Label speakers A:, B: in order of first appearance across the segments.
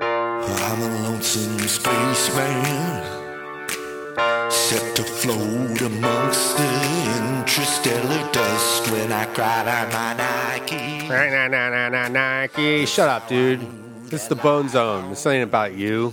A: I'm a lonesome spaceman, set to float amongst the interstellar dust. When I cried out my Nike,
B: Nah, nah, nah, nah, nah, Nike. Shut up, dude. This is the Bone Zone. This ain't about you.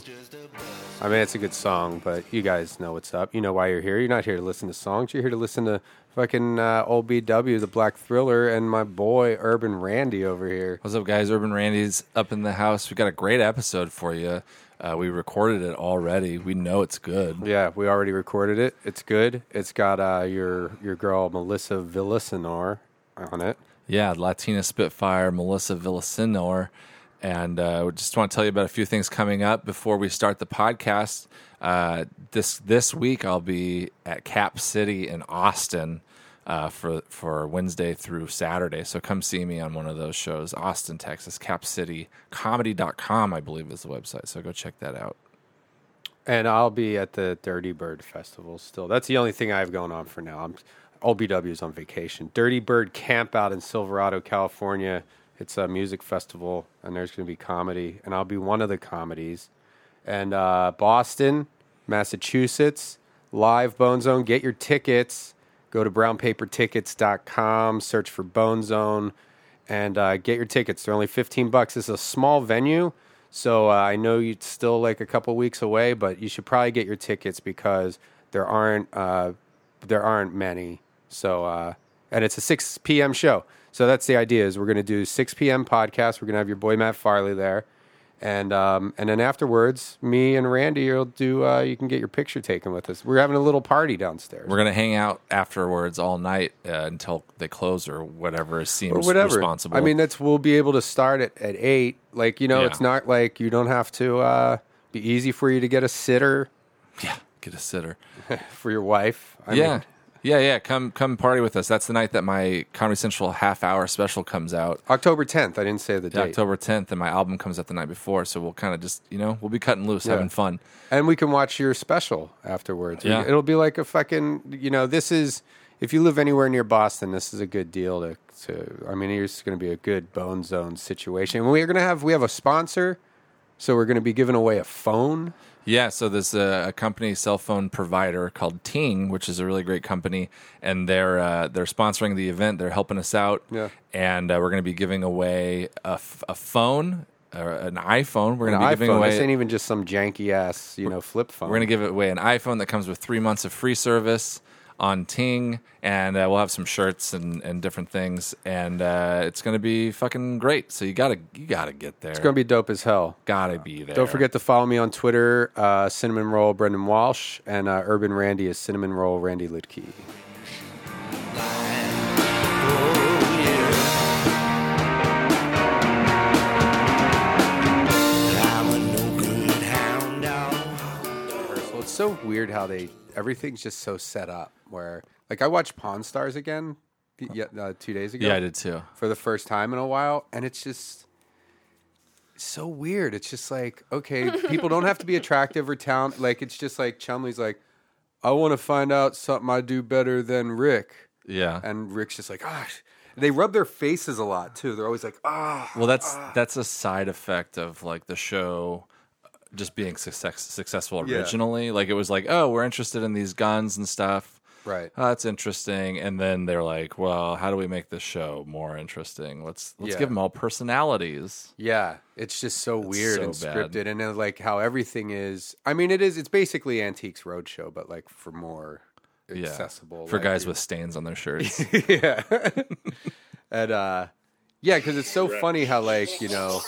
B: I mean, it's a good song, but you guys know what's up. You know why you're here. You're not here to listen to songs. You're here to listen to fucking uh, old BW, the Black Thriller, and my boy Urban Randy over here.
C: What's up, guys? Urban Randy's up in the house. We got a great episode for you. Uh, we recorded it already. We know it's good.
B: Yeah, we already recorded it. It's good. It's got uh, your your girl Melissa Villasenor on it.
C: Yeah, Latina Spitfire, Melissa Villasenor. And uh, we just want to tell you about a few things coming up before we start the podcast. Uh, this this week, I'll be at Cap City in Austin uh, for for Wednesday through Saturday. So come see me on one of those shows, Austin, Texas, capcitycomedy.com, I believe is the website. So go check that out.
B: And I'll be at the Dirty Bird Festival still. That's the only thing I have going on for now. I'm OBW is on vacation. Dirty Bird Camp out in Silverado, California. It's a music festival, and there's going to be comedy, and I'll be one of the comedies. And uh, Boston, Massachusetts, live Bone Zone. Get your tickets. Go to brownpapertickets.com, search for Bone Zone, and uh, get your tickets. They're only 15 bucks. It's a small venue, so uh, I know it's still like a couple weeks away, but you should probably get your tickets because there aren't uh, there aren't many. So uh, and it's a 6 p.m. show. So that's the idea is we're going to do 6 p.m. podcast. We're going to have your boy Matt Farley there. And um, and then afterwards, me and Randy will do. Uh, you can get your picture taken with us. We're having a little party downstairs.
C: We're gonna hang out afterwards all night uh, until they close or whatever seems
B: or whatever.
C: responsible.
B: I mean, that's we'll be able to start at, at eight. Like you know,
C: Yeah.
B: it's not like you don't have to uh, be easy for you to get a sitter
C: yeah, get a sitter.
B: for your wife. I
C: yeah,
B: mean,
C: yeah, yeah. Come, come party with us. That's the night that my Comedy Central half hour special comes out,
B: October tenth. I didn't say the date.
C: October tenth, and my album comes out the night before. So we'll kind of just, you know, we'll be cutting loose, having fun.
B: And we can watch your special afterwards.
C: Yeah.
B: It'll be like a fucking, you know, this is, if you live anywhere near Boston, this is a good deal to, to I mean, it's going to be a good bone zone situation. We're going to have, we have a sponsor. So we're going to be giving away a phone.
C: Yeah, so there's a, a company cell phone provider called Ting, which is a really great company, and they're uh, they're sponsoring the event. They're helping us out,
B: Yeah.
C: And uh, we're going to be giving away a, f- a phone, or an iPhone. We're
B: An
C: going to be giving
B: iPhone.
C: away
B: This ain't even just some janky ass, you know, flip phone.
C: We're going to give away an iPhone that comes with three months of free service on Ting, and uh, we'll have some shirts and, and different things, and uh, it's going to be fucking great. So you gotta you gotta get there. It's
B: going to be dope as hell.
C: gotta be there.
B: Don't forget to follow me on Twitter, uh, Cinnamon Roll Brendan Walsh, and uh, Urban Randy is Cinnamon Roll Randy Lidkey.
A: I'm a no good hound dog.
B: Well, it's so weird how they everything's just so set up. Where like I watched Pawn Stars again, y- yeah, uh, two days ago.
C: Yeah, I did too.
B: for the first time in a while, and it's just so weird. It's just like okay, people don't have to be attractive or talented. Like it's just like Chumley's like, I want to find out something I do better than Rick,
C: Yeah.
B: and Rick's just like, gosh. They rub their faces a lot too. They're always like, ah.
C: Well, that's that's a side effect of like the show uh, just being success, successful
B: Yeah.
C: originally. Like it was like, oh, we're interested in these guns and stuff.
B: Right.
C: Oh, that's interesting. And then they're like, well, how do we make this show more interesting? Let's let's
B: Yeah.
C: give them all personalities.
B: Yeah, it's just so weird
C: so
B: and
C: bad.
B: scripted, and then, like how everything is. I mean, it is. It's basically Antiques Roadshow, but like for more
C: Yeah.
B: accessible
C: for
B: like,
C: guys
B: you-
C: with stains on their shirts.
B: yeah, and uh, yeah, because it's so funny how like you know,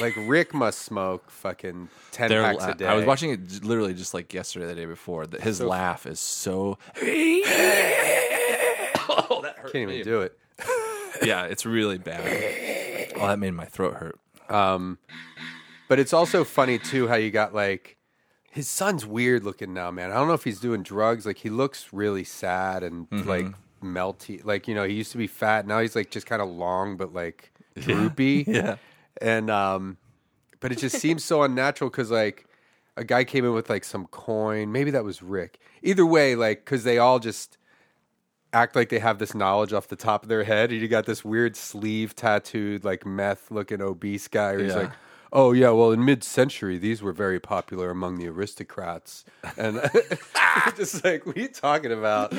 B: like Rick must smoke fucking 10
C: Their
B: packs
C: la-
B: a day.
C: I was watching it j- literally just like yesterday, the day before. That his laugh is so
B: Can't even do it.
C: yeah, it's really bad. Oh, that made my throat hurt.
B: But it's also funny too how you got like his son's weird looking now, man. I don't know if he's doing drugs. Like he looks really sad and
C: Mm-hmm.
B: like melty. Like you know, he used to be fat. Now he's like just kind of long, but like droopy.
C: Yeah.
B: And um, but it just seems so unnatural because like a guy came in with like some coin. Maybe that was Rick. Either way, like because they all just act like they have this knowledge off the top of their head. And you got this weird sleeve tattooed, like meth looking obese guy. Who's
C: Yeah.
B: like,
D: oh yeah, well in mid-century these were very popular among the aristocrats, and just like what are you talking about?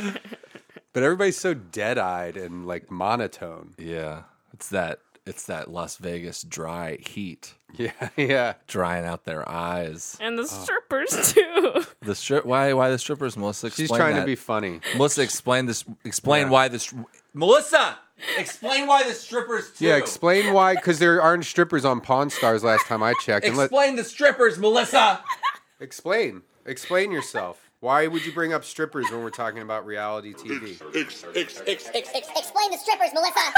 D: But everybody's so dead-eyed and like monotone.
C: Yeah, it's that it's that Las Vegas dry heat
D: Yeah, yeah.
C: drying out their eyes.
E: and
D: Ah.
E: the strippers too.
C: The strip. Why? Why the strippers? Melissa, explain
D: She's trying
C: that.
D: to be funny.
C: Melissa, explain this. Explain why this. Melissa, explain why the strippers too.
D: Yeah, explain why because there aren't strippers on Pawn Stars last time I checked. And let,
C: the strippers, Melissa.
D: explain, explain yourself. Why would you bring up strippers when we're talking about reality TV?
F: Ex- ex- explain the strippers, Melissa.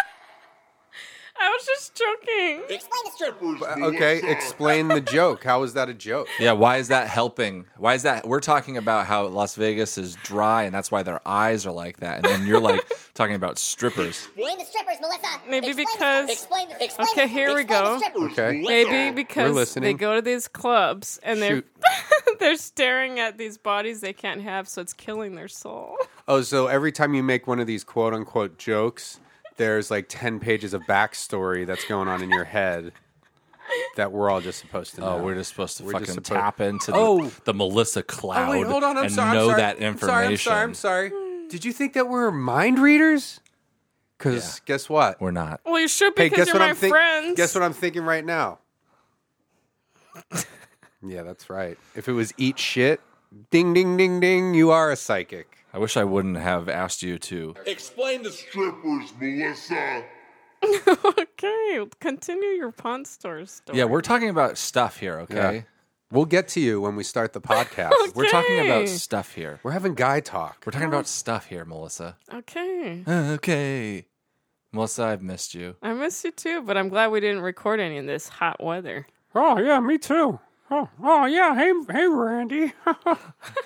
E: I was just joking.
F: Explain the strippers.
D: Uh, Okay, explain the joke. How is that a joke?
C: Yeah, why is that helping? Why is that? We're talking about how Las Vegas is dry, and that's why their eyes are like that. And then you're like talking about strippers.
F: Explain the strippers, Melissa.
E: Maybe
F: Explain the-
E: because-
F: Explain the, explain
E: Okay,
F: the-
E: here we
F: explain
E: go.
F: The strippers.
D: Okay.
E: Maybe
D: We're
E: because they
D: listening.
E: go to these clubs and they're
D: Shoot.
E: they're staring at these bodies they can't have, so it's killing their soul.
D: Oh, so every time you make one of these quote unquote jokes, there's like 10 pages of backstory that's going on in your head that we're all just supposed to know.
C: Oh, we're just supposed to
D: We're
C: fucking
D: just supposed-
C: tap into the,
D: Oh.
C: the Melissa cloud
D: Oh, wait, hold on. I'm
C: and
D: sorry. I'm
C: know
D: sorry.
C: that
D: I'm
C: information.
D: sorry. I'm sorry. I'm sorry. Did you think that we're mind readers? Because guess what?
C: We're not.
E: Well, you should
D: Hey,
E: because
D: guess
E: you're
D: what
E: my
D: I'm think-
E: friends.
D: Guess what I'm thinking right now? yeah, that's right. If it was eat shit, ding, ding, ding, ding, you are a psychic.
C: I wish I wouldn't have asked you to.
F: Explain the
G: Strippers, Melissa.
E: okay, continue your pawn store story.
C: Yeah, we're talking about stuff here, okay?
D: Yeah. We'll get to you when we start the podcast.
C: We're talking about
E: Okay.
C: stuff here.
D: We're having guy talk.
C: We're talking about stuff here, Melissa.
E: okay.
C: Okay. Melissa, I've missed you.
E: I miss you too, but I'm glad we didn't record any in this hot weather.
D: Oh yeah, me too. Oh, oh yeah. Hey, hey, Randy.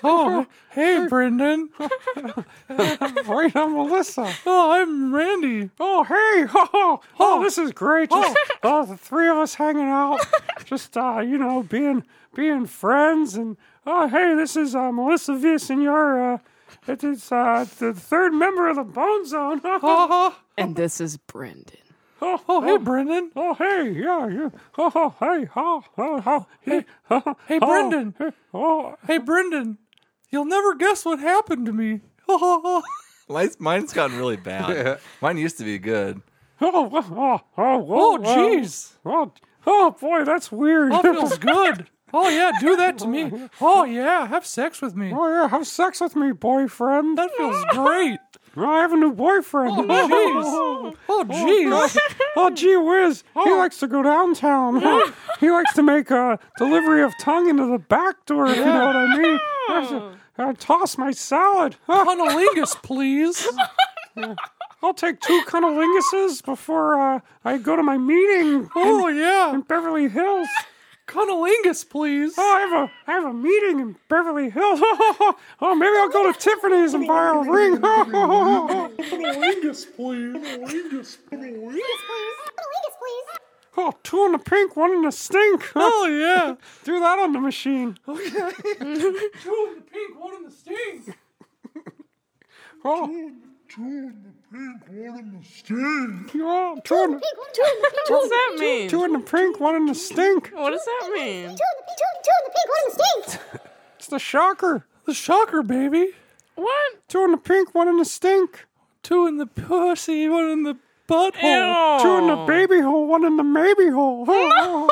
C: Oh, hey, Brendan.
D: right, I'm Melissa.
C: Oh, I'm Randy.
D: Oh hey. Oh, oh, this is great. Just oh, the three of us hanging out, just uh, you know, being being friends. And oh hey, this is uh, Melissa Villasenor. Uh, it is uh, the third member of the Bone Zone. oh,
E: And this is Brendan.
D: oh, hey, Brendan. Oh hey, yeah, yeah. Oh, oh hey, oh, oh, oh, hey, oh,
C: Hey, Brendan.
D: hey, oh,
C: Hey, Brendan. You'll never guess what happened to me. Mine's, mine's gotten really bad. Mine used to be good.
D: Oh, oh, oh, oh, oh,
C: jeez.
D: Oh, oh, boy, that's weird.
C: That feels good. Oh, yeah, do that to me. Oh, yeah, have sex with me.
D: oh, yeah, have sex with me, boyfriend.
C: That feels great.
D: Oh, I have a new boyfriend. Oh,
C: jeez. Oh, jeez.
D: Oh, gee whiz. He
C: Oh.
D: likes to go downtown. he likes to make a delivery of tongue into the back door, if you know what I mean. I, have to- I toss my salad. Oh,
C: Cunnilingus, please.
D: I'll take two cunnilinguses before uh, I go to my meeting
C: Oh, yeah.
D: in Beverly Hills.
C: Cunnilingus, please.
D: Oh, I have a I have a meeting in Beverly Hills. Oh, maybe I'll go to Tiffany's and buy a ring. Oh,
F: Explain the- please.
D: Oh, two in the pink, one in the stink.
C: Oh, yeah.
D: Threw that on the machine.
C: Two in the pink, one in the sting.
D: Oh,
G: Two in the pink, one in the skin.
D: oh, two, in the,
F: Two in the pink,
E: What does that mean?
D: two in the pink, one in the stink.
E: What does that mean?
F: two in the pink, two, two in the pink, one in the stink.
D: It's the shocker.
C: The shocker, baby.
E: What?
D: Two in the pink, one in the stink.
C: Two in the pussy, one in the butthole.
E: Ew.
D: Oh, Two in the baby hole, one in the maybe hole. Oh, oh.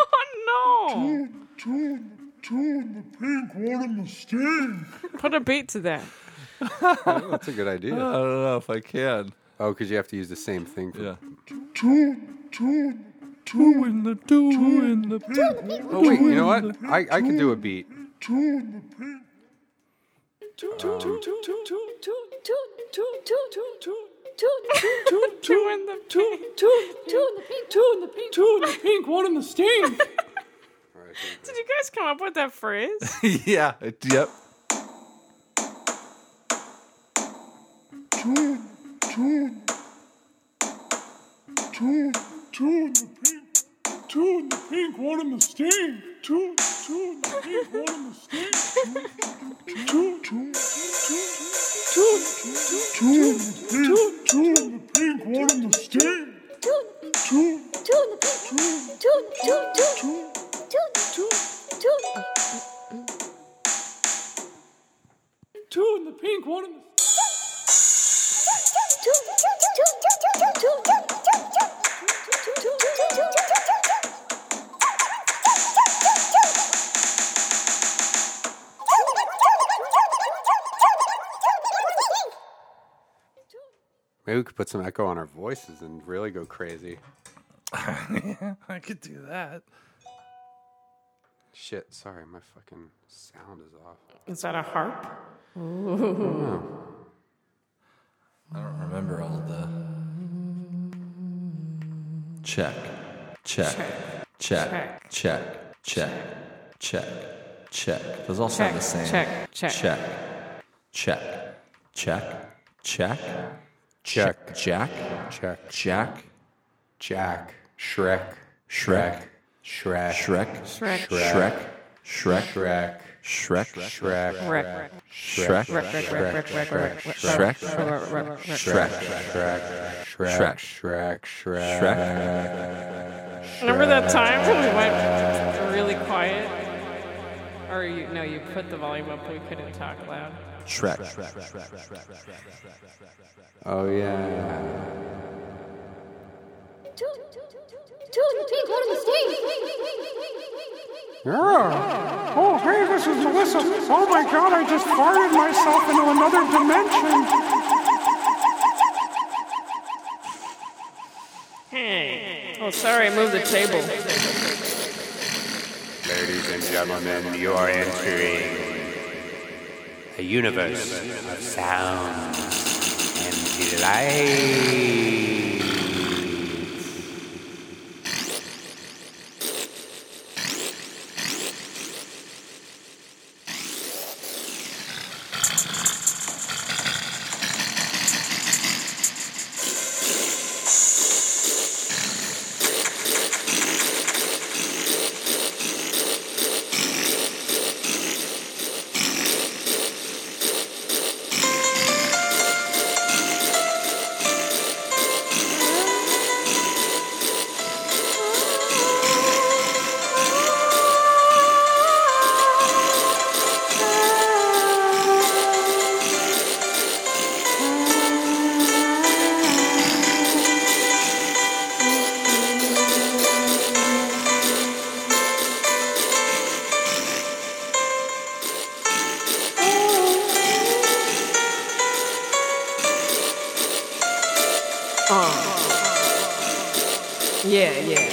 E: Oh
G: Two in the, two in the pink, one in the skin.
E: no! Put a beat to that.
D: Oh, That's a good idea.
C: I don't know if I can.
D: Oh, because you have to use the same thing. For,
C: Yeah.
G: Two, two,
C: Two in the two in the
D: Oh wait, you know what? I, I can do a beat.
G: two in the pink.
E: Two in the pink. Two, two in the pink. Two in the pink. Two in the pink. One in the sting. Did you guys come up with that phrase?
C: yeah. it- Yep.
G: Two, two, two, two in the pink. Two in the pink, one in the stain. Two, two in the pink, one in the stain. Two, two, two, two, two in the pink. Two in the pink, one in the stain. Two, two, two, two, two, two,
D: Two in the pink, one in the
B: Maybe we could put some echo on our voices and really go crazy.
F: I could do that.
B: Shit, sorry, my fucking sound is off.
H: Is that a harp?
F: I don't remember all the. Check. Check. Check. Check. Check. Check. Check. Those all sound the same.
H: check, check.
F: Check. Check. Check. Check. Check. Jack.
B: Check.
F: Jack.
B: Jack. Shrek.
F: Shrek.
B: Shrek.
F: Shrek.
H: Shrek.
F: Shrek. Shrek.
B: Shrek.
F: Shrek. Shrek.
B: Shrek.
H: Shrek. Shrek. Shrek. Shrek. Shrek.
F: Shrek.
H: Shrek.
F: Shrek.
B: Shrek. Shrek. Shrek.
F: Shrek.
H: Remember that time when we went really quiet? Or you no, you put the volume up. We couldn't talk loud.
F: Shrek.
B: Oh yeah.
D: Yeah. Oh, hey, this is Melissa. Oh my god, I just farted myself into another dimension.
H: Oh, sorry, I moved the table.
I: Ladies and gentlemen, you are entering a universe of sound and delight.
H: Yeah, yeah.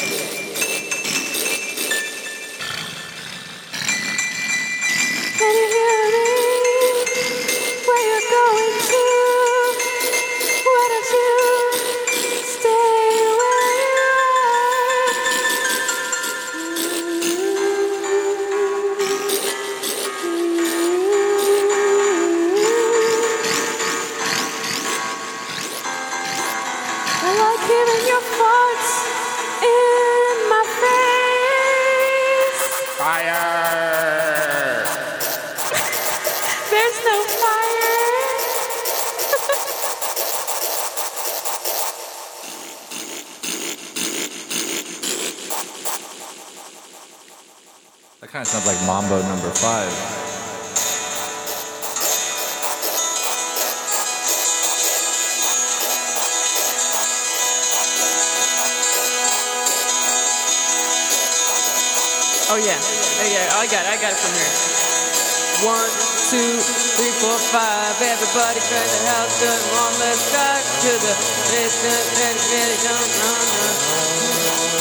F: That kind of sounds like Mambo number five.
H: Oh yeah. Oh yeah. I got it. I got it from here. One, two, three, four, five. Everybody turn the house up. One, let's rock to the listen and get it on, on, on.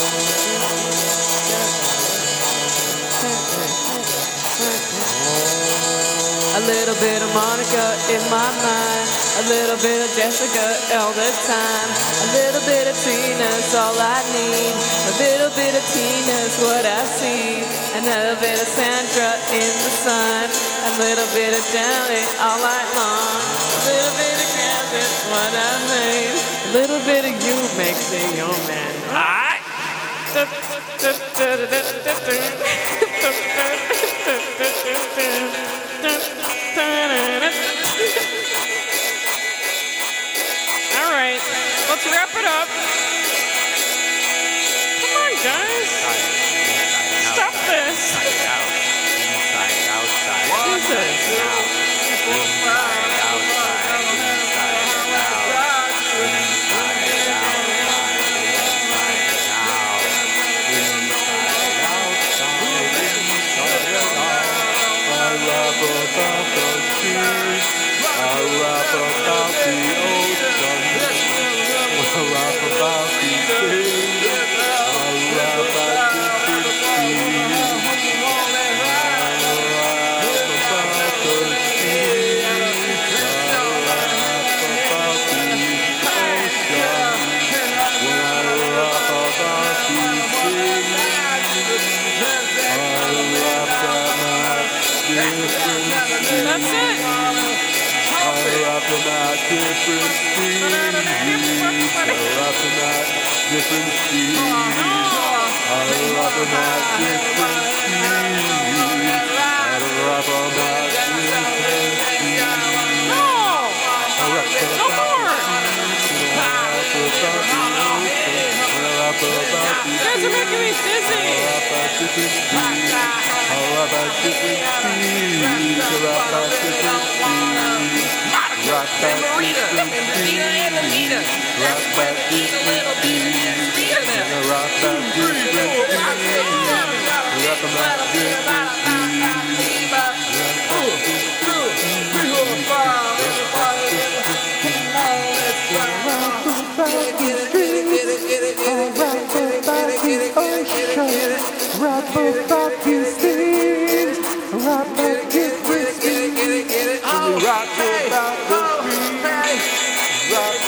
H: A little bit of Monica in my mind. A little bit of Jessica all the time. A little bit of Trina's all I need. A little bit of Tina's what I see. And a little bit of Sandra in the sun. A little bit of Jelly all night long. A little bit of Candace, what I need. A little bit of you makes me your man. Alright. All right, let's wrap it up. Come on, guys. Stop this. Jesus.
F: That's it. Guys are making me dizzy.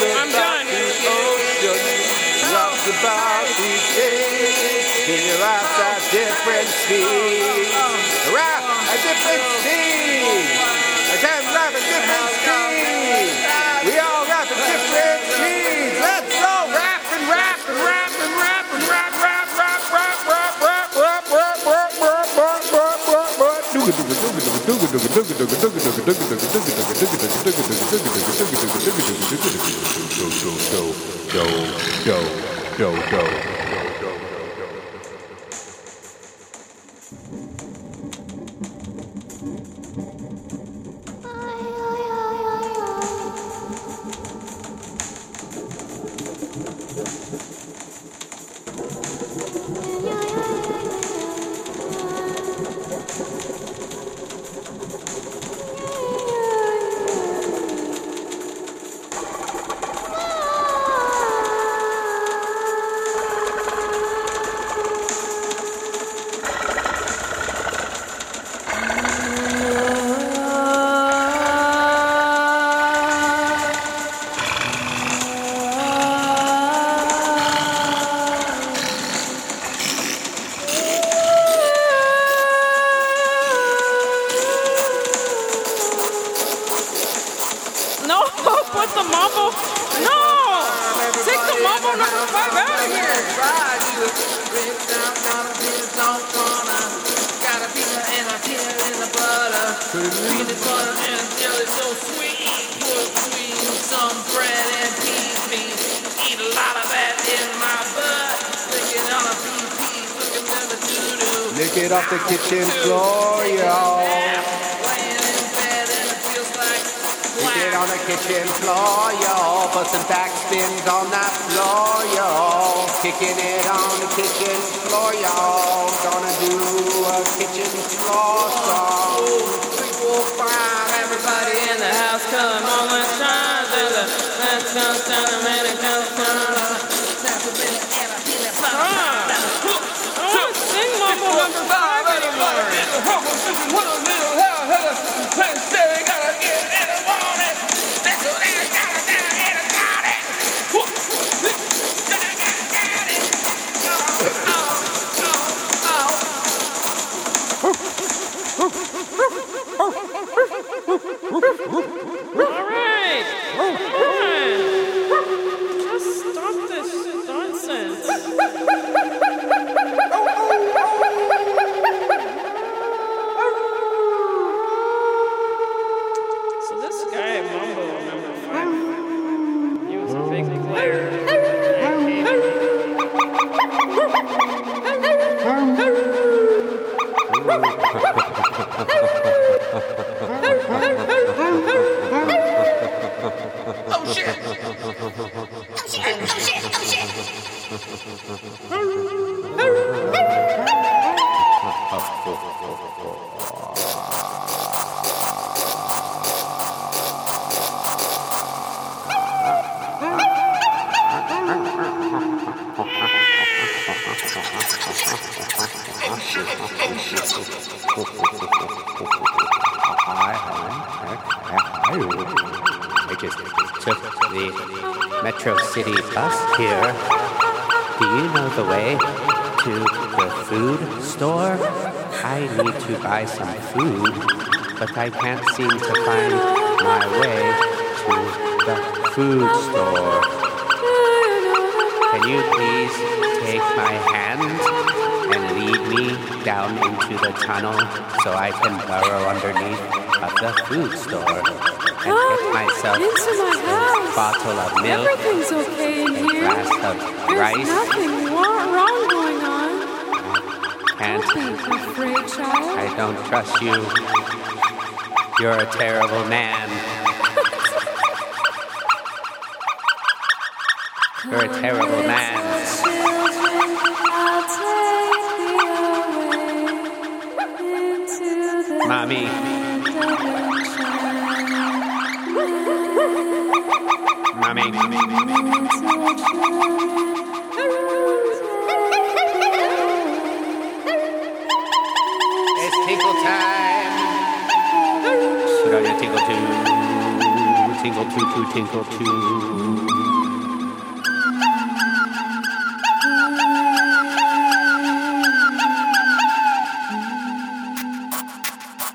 F: I'm done. No, put the mumble. No, take the mumble number five out of here.
A: Lick it off the kitchen floor, yo. Lick it on the kitchen floor, yo. Put some backspins on that floor, yo. Kicking it on the kitchen floor, yo. Gonna do a kitchen floor song.
F: Everybody in the house, come on, let's shine. There's a let's go, shine, a man, a go, shine. I don't wanna Ah! sing mumble number five anymore. All right. Come on. Just stop this nonsense. So this guy at Mumbo number five, he was a big player.
I: I just took the Metro City bus here. Do you know the way to the food store? I need to buy some food, but I can't seem to find my way to the food store. Can you please take my hand and lead me down into the tunnel so I can burrow underneath of the food store and get myself
H: into my
I: a
H: house.
I: bottle of milk,
H: Everything's okay in
I: a
H: here.
I: glass of
H: There's
I: rice,
H: nothing wa- wrong going on.
I: and
H: Don't be afraid, child.
I: I don't trust you. You're a terrible man. You're a terrible man. Mommy. Mommy. It's tinkle time. Put on your tinkle too. Tinkle too, too, tinkle too.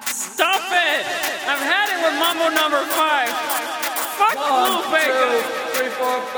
E: Stop it! I've had it with Mambo number five. Fuck Blue Baker.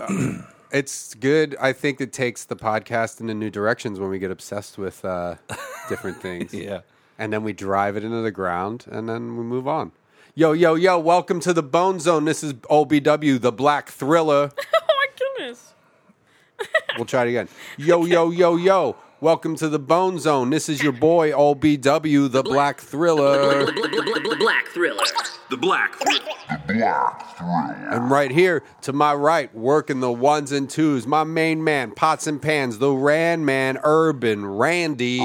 B: it's good. I think it takes the podcast into new directions when we get obsessed with uh, different things.
C: yeah.
B: And then we drive it into the ground and then we move on. Yo, yo, yo, welcome to the Bone Zone. This is OBW, the Black Thriller.
E: Oh my goodness.
B: We'll try it again. Yo, yo, yo, yo, welcome to the Bone Zone. This is your boy, OBW, the Black Thriller.
J: Black Thriller.
K: The black.
B: And right here to my right, working the ones and twos, my main man, pots and pans, the Rand Man, Urban Randy.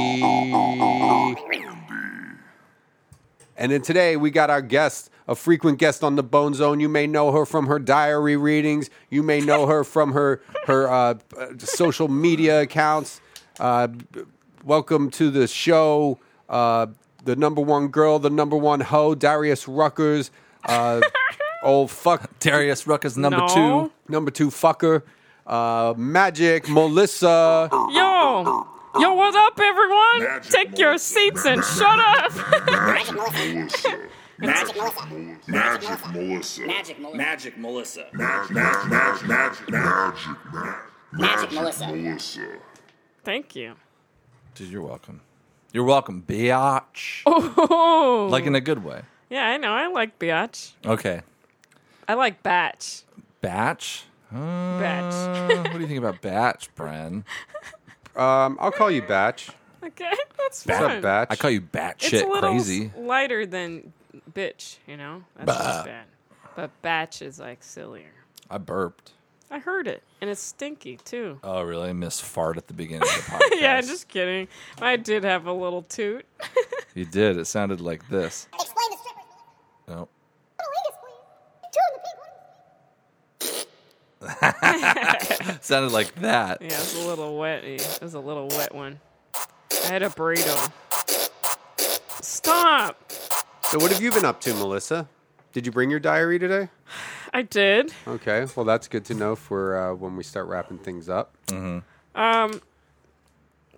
B: And then today we got our guest, a frequent guest on the Bone Zone. You may know her from her diary readings. You may know her from her her uh, uh, social media accounts. Uh, b- welcome to the show, uh, the number one girl, the number one hoe, Darius Ruckers. Uh, old fuck
C: Darius Rucka's number
E: No.
C: two.
B: Number two fucker, uh, Magic, Melissa.
E: Yo. Yo, what's up, everyone? Take your seats and shut up.
G: Magic Melissa. Magic Melissa.
K: Magic Melissa.
J: Magic Melissa.
K: Magic Melissa. Magic Magic Magic Magic
J: Magic Melissa.
K: Melissa.
E: Thank you.
C: Dude, you're welcome. You're welcome, biatch.
E: Oh.
C: Like in a good way.
E: yeah, I know. I like biatch.
C: Okay.
E: I like batch.
C: Batch. Uh,
E: Batch.
C: what do you think about batch, Bren?
B: Um, I'll call you Batch.
E: Okay, that's
B: What's
E: fun.
B: up, Batch?
C: I call you batch shit
E: it's a little
C: crazy.
E: s- lighter than bitch, you know? That's just bad. But batch is like sillier.
C: I burped.
E: I heard it, and it's stinky too.
C: Oh, really? I missed fart at the beginning of the podcast.
E: yeah, just kidding. I did have a little toot.
C: You did. It sounded like this.
G: Explain the strippers.
C: No.
G: Put a wing please. Two in the pink one.
C: Sounded like that.
E: Yeah, it was a little wet. It was a little wet one. I had a burrito. Stop!
B: So, what have you been up to, Melissa? Did you bring your diary today?
E: I did.
B: Okay, well, that's good to know for uh, when we start wrapping things up.
E: Mm-hmm.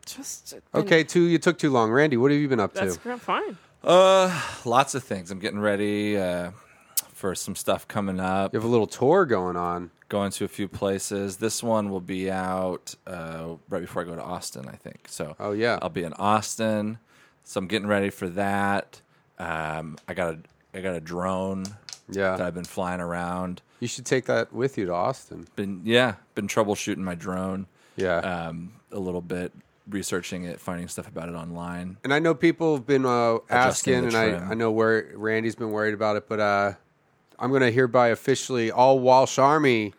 E: Just
B: Okay, two, you took too long. Randy, what have you been up
E: That's
B: to?
E: gr- fine.
C: Uh, lots of things. I'm getting ready uh, for some stuff coming up.
B: You have a little tour going on.
C: Going to a few places. This one will be out uh, right before I go to Austin, I think. So.
B: Oh, yeah.
C: I'll be in Austin, so I'm getting ready for that. Um, I got a I got a drone that
B: Yeah.
C: I've been flying around.
B: You should take that with you to Austin.
C: Been yeah, been troubleshooting my drone
B: Yeah.
C: um, a little bit, researching it, finding stuff about it online.
B: and I know people have been uh, asking,
C: Adjusting the
B: and I,
C: trim.
B: I know where Randy's been worried about it, but uh, I'm going to hereby officially all Walsh Army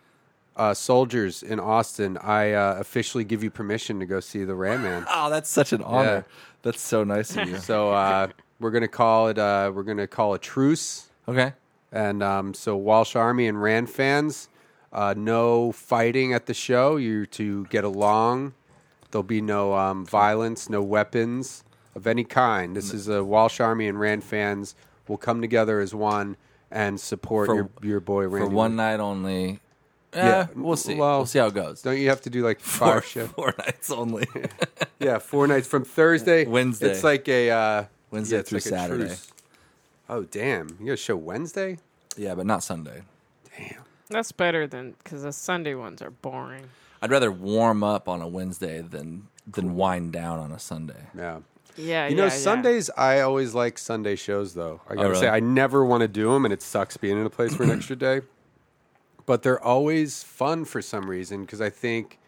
B: uh, soldiers in Austin. I uh, officially give you permission to go see the Ram Man.
C: Oh, that's such an honor.
B: Yeah.
C: That's so nice of you.
B: So uh, we're going to call it. Uh, we're going to call a truce,
C: okay,
B: and um, so Walsh Army and Rand fans, uh, no fighting at the show. You're to get along. There'll be no um, violence, no weapons of any kind. This is a Walsh Army and Rand fans will come together as one and support
C: For-
B: your, your boy
C: for
B: Randy.
C: one night only.
B: Yeah.
C: yeah, we'll see.
B: Well,
C: we'll see how it goes.
B: Don't you have to do like
C: four,
B: five shows?
C: four nights only.
B: Yeah, four nights from Thursday.
C: Wednesday.
B: It's like a uh,
C: Wednesday
B: yeah, it's
C: through
B: like a
C: Saturday.
B: truce. Oh damn! You got a show Wednesday?
C: yeah, but not Sunday.
B: Damn.
E: That's better than because the Sunday ones are boring.
C: I'd rather warm up on a Wednesday than than wind down on a Sunday.
B: Yeah.
E: Yeah,
B: you know,
E: yeah, yeah.
B: Sundays, I always like Sunday shows, though. I gotta
C: Oh, really?
B: say, I never want to do them, and it sucks being in a place for an extra day. But they're always fun for some reason because I think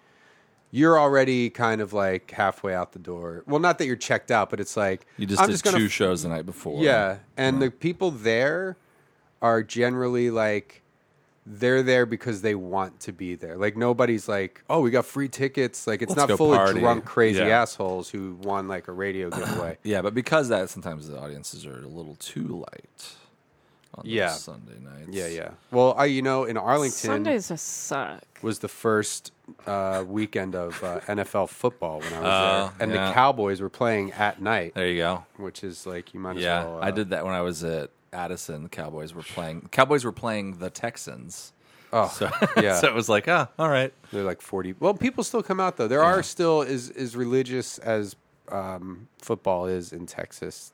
B: you're already kind of like halfway out the door. Well, not that you're checked out, but it's like
C: You just
B: I'm
C: did
B: just
C: two
B: gonna
C: shows the night before.
B: yeah, and the people there are generally like they're there because they want to be there. Like nobody's like, "Oh, we got free tickets." Like it's
C: Let's
B: not
C: go
B: full
C: party.
B: of drunk crazy
C: Yeah.
B: assholes who won like a radio giveaway.
C: Yeah, but because of that sometimes the audiences are a little too light on those
B: Yeah.
C: Sunday nights.
B: yeah, yeah. Well, I you know, in Arlington
E: Sundays just suck.
B: was the first uh, weekend of uh, NFL football when I was
C: Oh,
B: there, and
C: yeah.
B: the Cowboys were playing at night,
C: There you go.
B: which is like you might as
C: Yeah,
B: well.
C: I
B: uh,
C: did that when I was at Addison. The Cowboys were playing. the Cowboys were playing the Texans.
B: Oh, yeah.
C: so it was like, ah, all right.
B: They're like forty. Well, people still come out though. There are still as as religious as um, football is in Texas.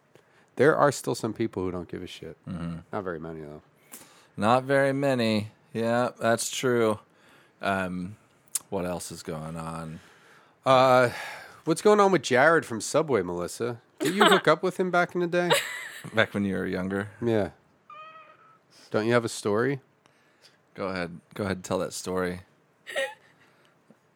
B: There are still some people who don't give a shit.
C: Mm-hmm.
B: Not very many though.
C: Not very many. Yeah, that's true. Um, what else is going on?
B: What's going on with Jared from Subway, Melissa? Did you hook up with him back in the day?
C: Back when you were younger,
B: Yeah. Don't you have a story?
C: go ahead. Go ahead and tell that story.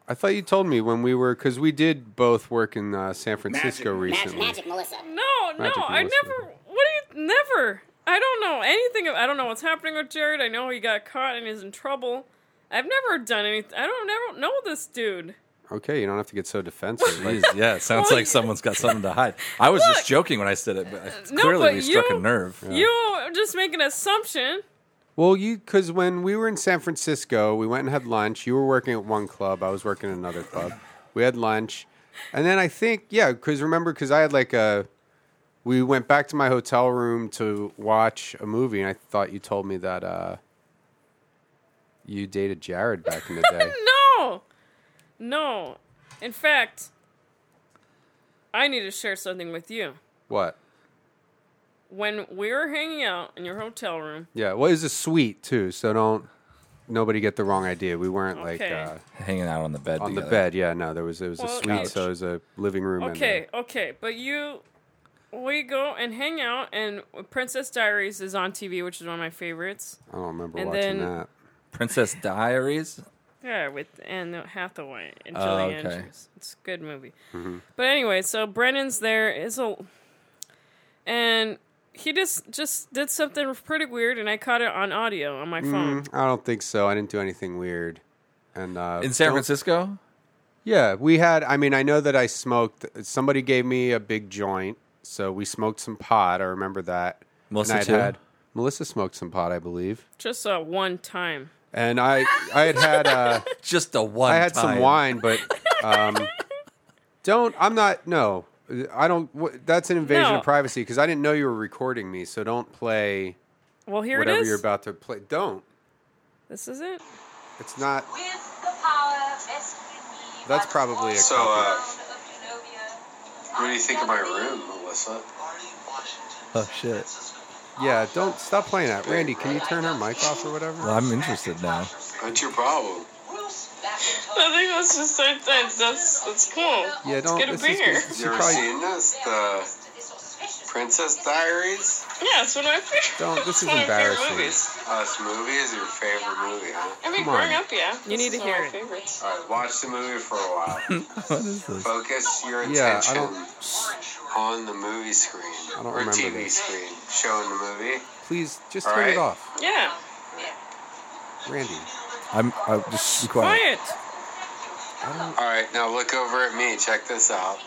B: I thought you told me when we were because we did both work in uh, San Francisco
L: magic,
B: recently.
L: magic, Melissa.
E: No, no,
B: Magic
E: I
B: Melissa.
E: never. What do you? Never. I don't know anything. of- I don't know what's happening with Jared. I know he got caught and is in trouble. I've never done anything. I don't never know this dude.
B: Okay, you don't have to get so defensive. Like,
C: Jeez, yeah, it sounds
E: Well,
C: like someone's got something to hide. I was
E: Look.
C: just joking when I said it, but I-
E: No,
C: clearly
E: but
C: we struck
E: you-
C: a nerve.
E: You just make an assumption.
B: well, you because when we were in San Francisco, we went and had lunch. You were working at one club, I was working at another club. We had lunch, and then I think yeah, because remember, because I had like a. We went back to my hotel room to watch a movie, and I thought you told me that uh, you dated Jared back in the day.
E: No, no. In fact, I need to share something with you.
B: what?
E: When we were hanging out in your hotel room,
B: Yeah. Well, it was a suite too, so don't nobody get the wrong idea. We weren't like
E: Okay.
B: uh,
C: Hanging out on the bed.
B: on the
C: together.
B: bed. Yeah. No, there was it was a
E: Well,
B: suite,
E: couch.
B: so it was a living room. and a-
E: Okay, okay, but you, we go and hang out, and Princess Diaries is on TV, which is one of my favorites.
B: I don't remember
E: And
B: watching
E: then-
B: that.
C: Princess Diaries.
E: Yeah, with Anne Hathaway and Julie
C: Oh, okay.
E: Andrews. It's a good movie.
B: Mm-hmm.
E: But anyway, so Brennan's there is a, and he just just did something pretty weird, and I caught it on audio on my phone.
B: I don't think so. I didn't do anything weird. And uh,
C: in San
B: don't-
C: Francisco.
B: Yeah, we had. I mean, I know that I smoked. Somebody gave me a big joint, so we smoked some pot. I remember that.
C: Melissa
B: and I'd
C: too?
B: Melissa smoked some pot, I believe.
E: Just uh, one time.
B: And I, I had had. Uh,
C: Just a one.
B: I had some
C: time.
B: wine, but um, don't. I'm not. No, I don't. wh- That's an invasion
E: No.
B: of privacy because I didn't know you were recording me. So don't play
E: Well, here
B: whatever
E: it is.
B: you're about to play. Don't.
E: this is it.
B: It's not.
F: With the power vested in me
B: That's
F: by the
B: probably a
F: royal
B: So,
F: throne
G: uh,
F: of Genovia,
G: What do you think of my
F: I am
G: room, Melissa?
C: Oh shit!
G: uh,
B: Yeah. Don't stop playing that. Randy, can you turn her mic off or whatever?
C: Well, I'm interested now.
G: What's your problem?
F: Bruce McIntyre.
E: I think that's just that's that's, that's cool.
B: Yeah. Don't.
E: get a
B: this is-
E: beer.
B: this is
G: You ever
B: probably-
G: seen this? The Princess Diaries?
E: Yeah, it's one of my favorite.
B: Don't- this
E: it's
B: is
E: one of my favorite
B: embarrassing.
E: movies.
G: Us movie is your favorite movie, huh?
E: I mean,
B: Come
E: growing
B: on.
E: up, yeah.
F: You need
E: this
F: to hear
E: is one
F: it.
E: of my favorites.
G: Alright, watch the movie for a while.
C: What is this?
G: Focus your
B: Yeah, I
G: attention
B: don't-
G: on the movie screen
B: don't
G: or
B: remember
G: TV
B: this.
G: screen showing the movie.
B: Please just
G: All
B: turn
G: right.
B: it off,
E: Yeah,
B: Randy.
C: I'm, I'm just be quiet.
E: quiet.
G: Alright, now look over at me. Check this out.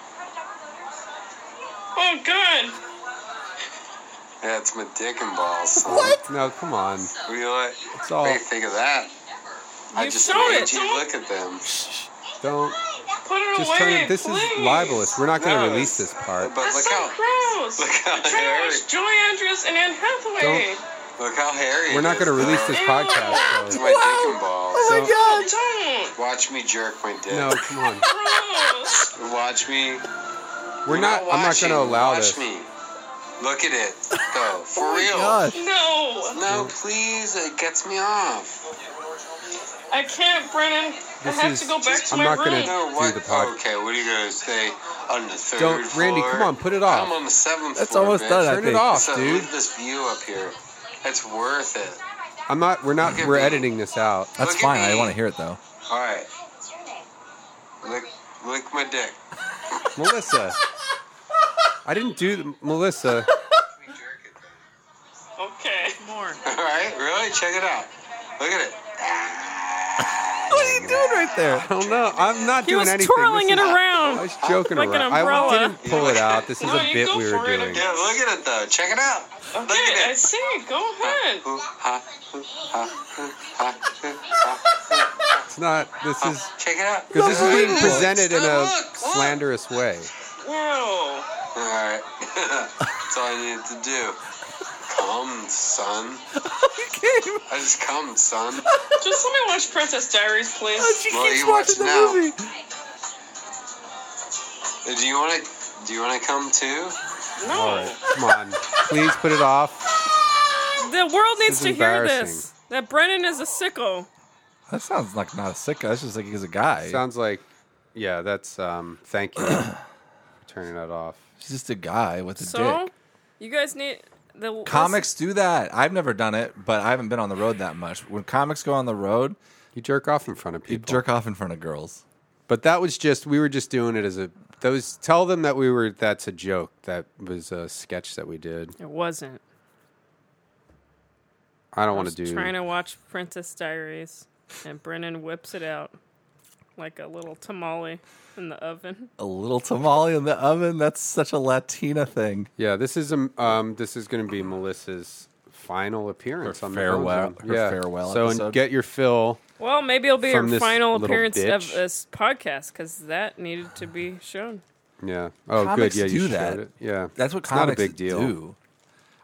E: Oh God.
G: That's my dick and balls.
B: No, come on. It's
G: What do you like?
B: all.
G: What do you think of that? I
E: You've
G: just
E: shown
G: made
E: it.
G: you look at them.
B: Don't.
E: Put it
B: Just
E: away.
B: turn it. This
E: please.
B: is libelous. We're not going to
G: No,
B: release
G: it's-
B: this part.
G: But
E: That's
G: look
E: so
G: how
E: gross.
G: look how
E: I'm trying to watch
G: hairy
E: Joy Andrews and Anne Hathaway.
G: look how hairy.
B: We're not
G: going to
B: release this podcast.
G: It's
B: So.
G: my dick and balls.
B: Oh my God.
E: Don't. Don't.
G: Watch me jerk my dick.
B: No, come on.
E: Gross.
G: Watch me.
B: We're not. I'm not
G: watching.
B: going to allow
G: Watch
B: this. Oh
G: me. Look at it, though. For real.
E: no.
G: No, please. It gets me off.
H: I can't, Brennan. I have to go back to my room.
G: No, what? Okay, what are you gonna say on the 3rd
B: Don't-
G: floor?
B: Randy, come on, put it off.
G: I'm on the seventh.
B: That's
G: floor,
B: almost
G: bitch.
B: done, I
G: Turn
B: think.
G: it off,
B: So
G: dude.
B: leave
G: this view up here. It's worth it.
B: I'm not. We're not. We're editing this out.
G: That's Look at fine, I me. wanna
B: hear it though.
G: All right. Lick, lick my dick.
B: Melissa, I didn't do th- Melissa.
H: Okay. More.
G: All right, really? Check it out. Look at it.
B: What are you doing right there? I don't know. I'm not
H: He
B: doing
H: was
B: anything.
H: twirling
B: This
H: it
B: is- Oh,
H: around
B: I was joking
H: like an
B: around.
H: umbrella.
B: I didn't pull it out. This is a bit we were doing.
G: Yeah, look at it though. Check it out.
H: Okay, I see. Go ahead.
B: It's not. This is
G: Check it out.
B: because this is being
G: Look,
B: presented in a
G: look, look.
B: slanderous way.
G: All
H: Whoa.
G: right. That's all I needed to do. Come, son. I just come, son.
H: Just let me watch Princess Diaries, please.
G: Well, you watch it now. Uh, Do you want to? Do you want to come too?
B: All right, come on, please put it off.
H: The world
B: This
H: needs
B: is
H: to hear
B: embarrassing.
H: this. That Brennan is a sicko.
B: That sounds like not a sick guy. That's just like he's a guy. Sounds like, yeah. That's um. Thank you for turning that off. He's just a guy with
H: So, you guys need the
C: Comics do that. I've never done it, but I haven't been on the road that much. When comics go on the road,
B: you jerk off in front of
C: people. You jerk off in front of girls.
B: But that was just we were just doing it as a those tell them that we were that's a joke. That was a sketch that we did.
H: It wasn't.
B: I don't want
H: was
B: to do
H: Trying to watch Princess Diaries, and Brennan whips it out like a little tamale in the oven.
C: A little tamale in the oven. That's such a Latina thing.
B: Yeah, this is um, um this is going to be Melissa's final appearance on
C: farewell-
B: the Bones Room.
C: her farewell
B: So
C: episode.
B: and get your fill.
H: Well, maybe it'll be
B: From
H: our
B: this
H: final
B: little
H: appearance of
B: bitch.
H: this podcast because that needed to be shown.
B: Yeah. Oh,
C: Comics
B: good. Yeah,
C: do
B: you showed
C: that.
B: it. Yeah,
C: that's what
B: It's
C: comics
B: not a big deal.
C: do.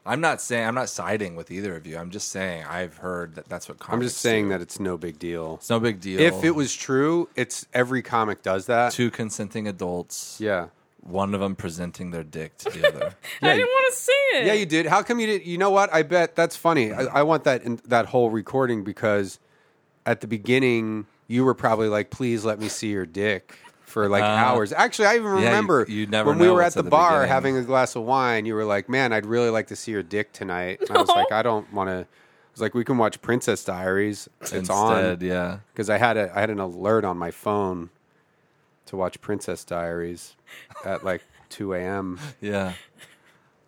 C: I'm not saying I'm not siding with either of you. I'm just saying I've heard that that's what comics.
B: I'm just saying that it's no big deal. It's
C: no big deal.
B: If it was true, it's every comic does that.
C: Two consenting adults.
B: Yeah.
C: One of them presenting their dick to the other.
H: I didn't want to see it.
B: Yeah, you did. How come you did? You know what? I bet that's funny. I, I want that in, that whole recording because at the beginning you were probably like, "Please let me see your dick." For like
C: Uh,
B: hours. Actually, I even
C: yeah, you-
B: remember
C: you never
B: when we
C: know
B: were at
C: what's
B: the,
C: at the
B: bar
C: beginning.
B: having a glass of wine. You were like, "Man, I'd really like to see your dick tonight." And I was
H: No.
B: like, "I don't want to." I was like, "We can watch Princess Diaries. It's on."
C: Instead, yeah.
B: because I had a I had an alert on my phone to watch Princess Diaries at like two a.m.
C: Yeah,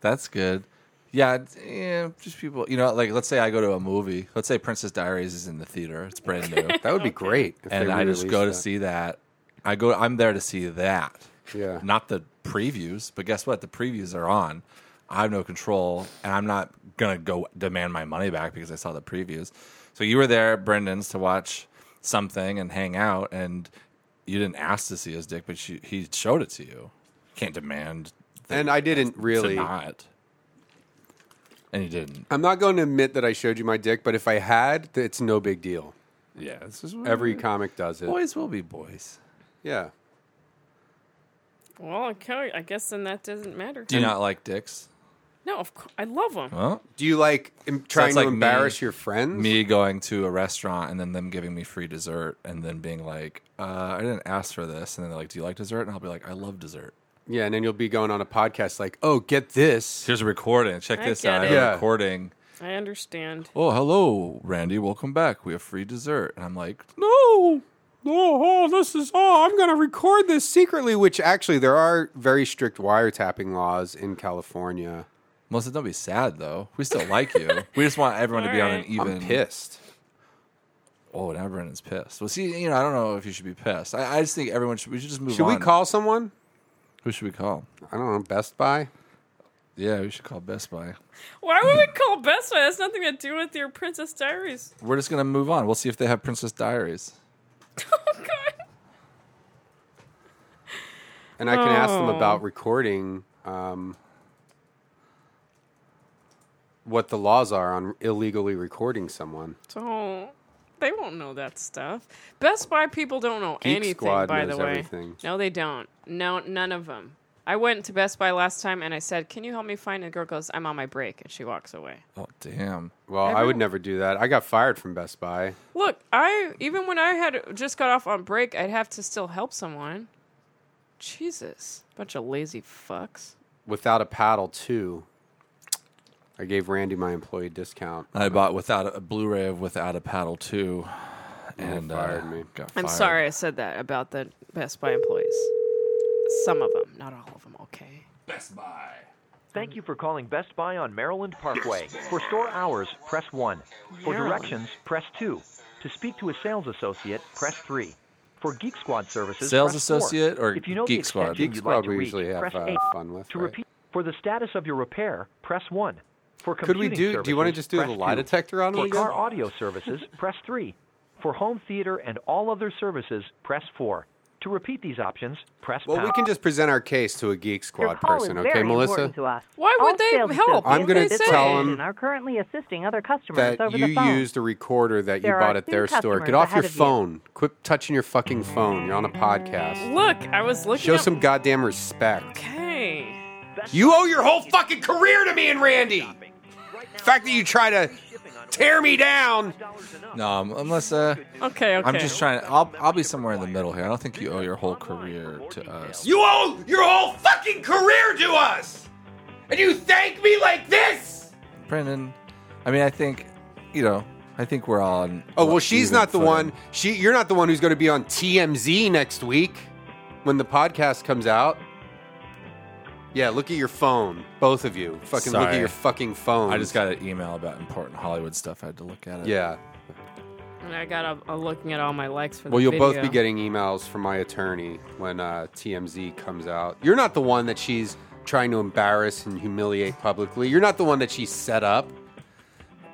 C: that's good. Yeah, it's- yeah, just people. You know, like let's say I go to a movie. Let's say Princess Diaries is in the theater. It's brand new.
B: That would be great if
C: and
B: they
C: I just
B: re-released
C: go to
B: that.
C: see that. I go. I'm there to see that.
B: Yeah.
C: Not the previews, but guess what? The previews are on. I have no control, and I'm not gonna go demand my money back because I saw the previews. So you were there, at Brendan's, to watch something and hang out, and you didn't ask to see his dick, but you, he showed it to you. Can't demand. that-
B: And I didn't
C: to
B: really-
C: not. And you didn't.
B: I'm not going to admit that I showed you my dick, but if I had, th- it's no big deal.
C: Yeah, this is
B: Every comic does it.
C: Boys will be boys.
B: Yeah.
H: Well, okay, I guess then that doesn't matter.
C: Do you not like dicks?
H: No, of course I love them.
C: Well,
B: Do you like em- trying
C: that's
B: to
C: me-
B: embarrass your friends?
C: Me going to a restaurant and then them giving me free dessert and then being like, uh, "I didn't ask for this," and then they're like, "Do you like dessert?" And I'll be like, "I love dessert."
B: Yeah, and then you'll be going on a podcast like, "Oh, get this.
C: Here's a recording. Check
H: I
C: this
H: get
C: out. I
H: it.
C: have a
H: Yeah.
C: recording.
H: I understand.
C: Oh, hello, Randy. Welcome back. We have free dessert." And I'm like,
B: No, no, oh, this is oh, I'm going to record this secretly." Which actually, there are very strict wiretapping laws in California.
C: "Melissa, don't be sad though. We still like you. we just want everyone to be on an
B: All right.
C: even."
B: I'm pissed.
C: Oh, now Brennan's pissed. Well, see, you know, I don't know if you should be pissed. I, I just think everyone should. We should just move
B: Should
C: on.
B: we call someone?
C: Who should we call?
B: I don't know. Best Buy.
C: Yeah, we should call Best Buy.
H: Why would we call Best Buy? That's nothing to do with your Princess Diaries.
C: We're just gonna move on. We'll see if they have Princess Diaries.
H: Oh,
B: And I can ask them
H: Oh.
B: about recording um, what the laws are on illegally recording someone.
H: Don't. They won't know that stuff. Best Buy people don't know
B: Geek
H: anything,
B: Squad
H: by
B: knows
H: the way.
B: everything.
H: No, they don't. No, none of them.
F: I went to Best Buy last time and I said, "Can you help me find?" And the girl goes, "I'm on my break," and she walks away.
C: Oh damn!
B: Well, I would never do that. I got fired from Best Buy.
F: Look, I even when I had just got off on break, I'd have to still help someone. Jesus, bunch of lazy fucks.
B: Without a paddle too. I gave Randy my employee discount.
C: I bought without a, a Blu-ray of Without a Paddle too, and
B: fired
C: uh,
B: me.
C: Got
F: I'm
C: fired.
F: sorry I said that about the Best Buy employees. Some of them, not all of them. Okay.
C: Best Buy.
M: Thank you for calling Best Buy on Maryland Parkway. For store hours, press 1. For
F: Maryland.
M: directions, press 2. To speak to a sales associate, press 3. For Geek Squad services,
C: Sales
M: press four.
C: associate or
M: if you know
C: Geek
M: the
C: Squad?
M: extension
C: Geek
M: you'd
C: Squad
M: like to
C: we
M: reach,
C: usually have,
M: press
B: uh,
M: 8.
B: fun with,
M: to
B: right?
M: repeat for the status of your repair, press 1. For
B: Could we
M: computing
B: do- do you wanna
M: services,
B: just do the
M: press
B: lie
M: two.
B: detector on
M: For
B: it
M: car
B: again?
M: audio services, press 3. For home theater and all other services, press 4. To repeat these options, press
B: Well, we
M: pound.
B: can just present our case to a Geek
N: Your
B: Squad
N: call is
B: person,
N: very
B: okay, Melissa?
N: important to us.
F: Why
N: All
F: would they
N: sales
F: help?
B: I'm
N: associates
B: gonna
N: in this
B: tell 'em
N: division are currently assisting other customers
B: That
N: over
B: you
N: the phone.
B: used a recorder that you
N: There
B: bought
N: are
B: at their
N: two
B: store. Get
N: customers
B: off your
N: ahead of you.
B: phone. Quit touching your fucking phone. You're on a podcast.
F: Look, I was looking.
B: Show
F: up-
B: some goddamn respect.
F: Okay.
B: You owe your whole fucking career to me and Randy. The fact that you try to tear me down.
C: No, um, unless uh,
F: Okay, okay.
C: I'm just trying. I'll I'll be somewhere in the middle here. I don't think you owe your whole career to us.
A: You owe your whole fucking career to us! And you thank me like this?
C: Brendan. I mean, I think you know. I think we're all on.
B: Oh well, she's
C: even
B: not the
C: footing.
B: one. She, you're not the one who's going to be on TMZ next week when the podcast comes out. Yeah, look at your phone, both of you. Fucking look
C: Sorry.
B: at your fucking phone.
C: I just got an email about important Hollywood stuff. I had to look at it.
B: Yeah.
F: And I got a, a looking at all my likes for.
B: Well,
F: the
B: you'll both
F: video.
B: be getting emails from my attorney when uh, TMZ comes out. You're not the one that she's trying to embarrass and humiliate publicly. You're not the one that she set up.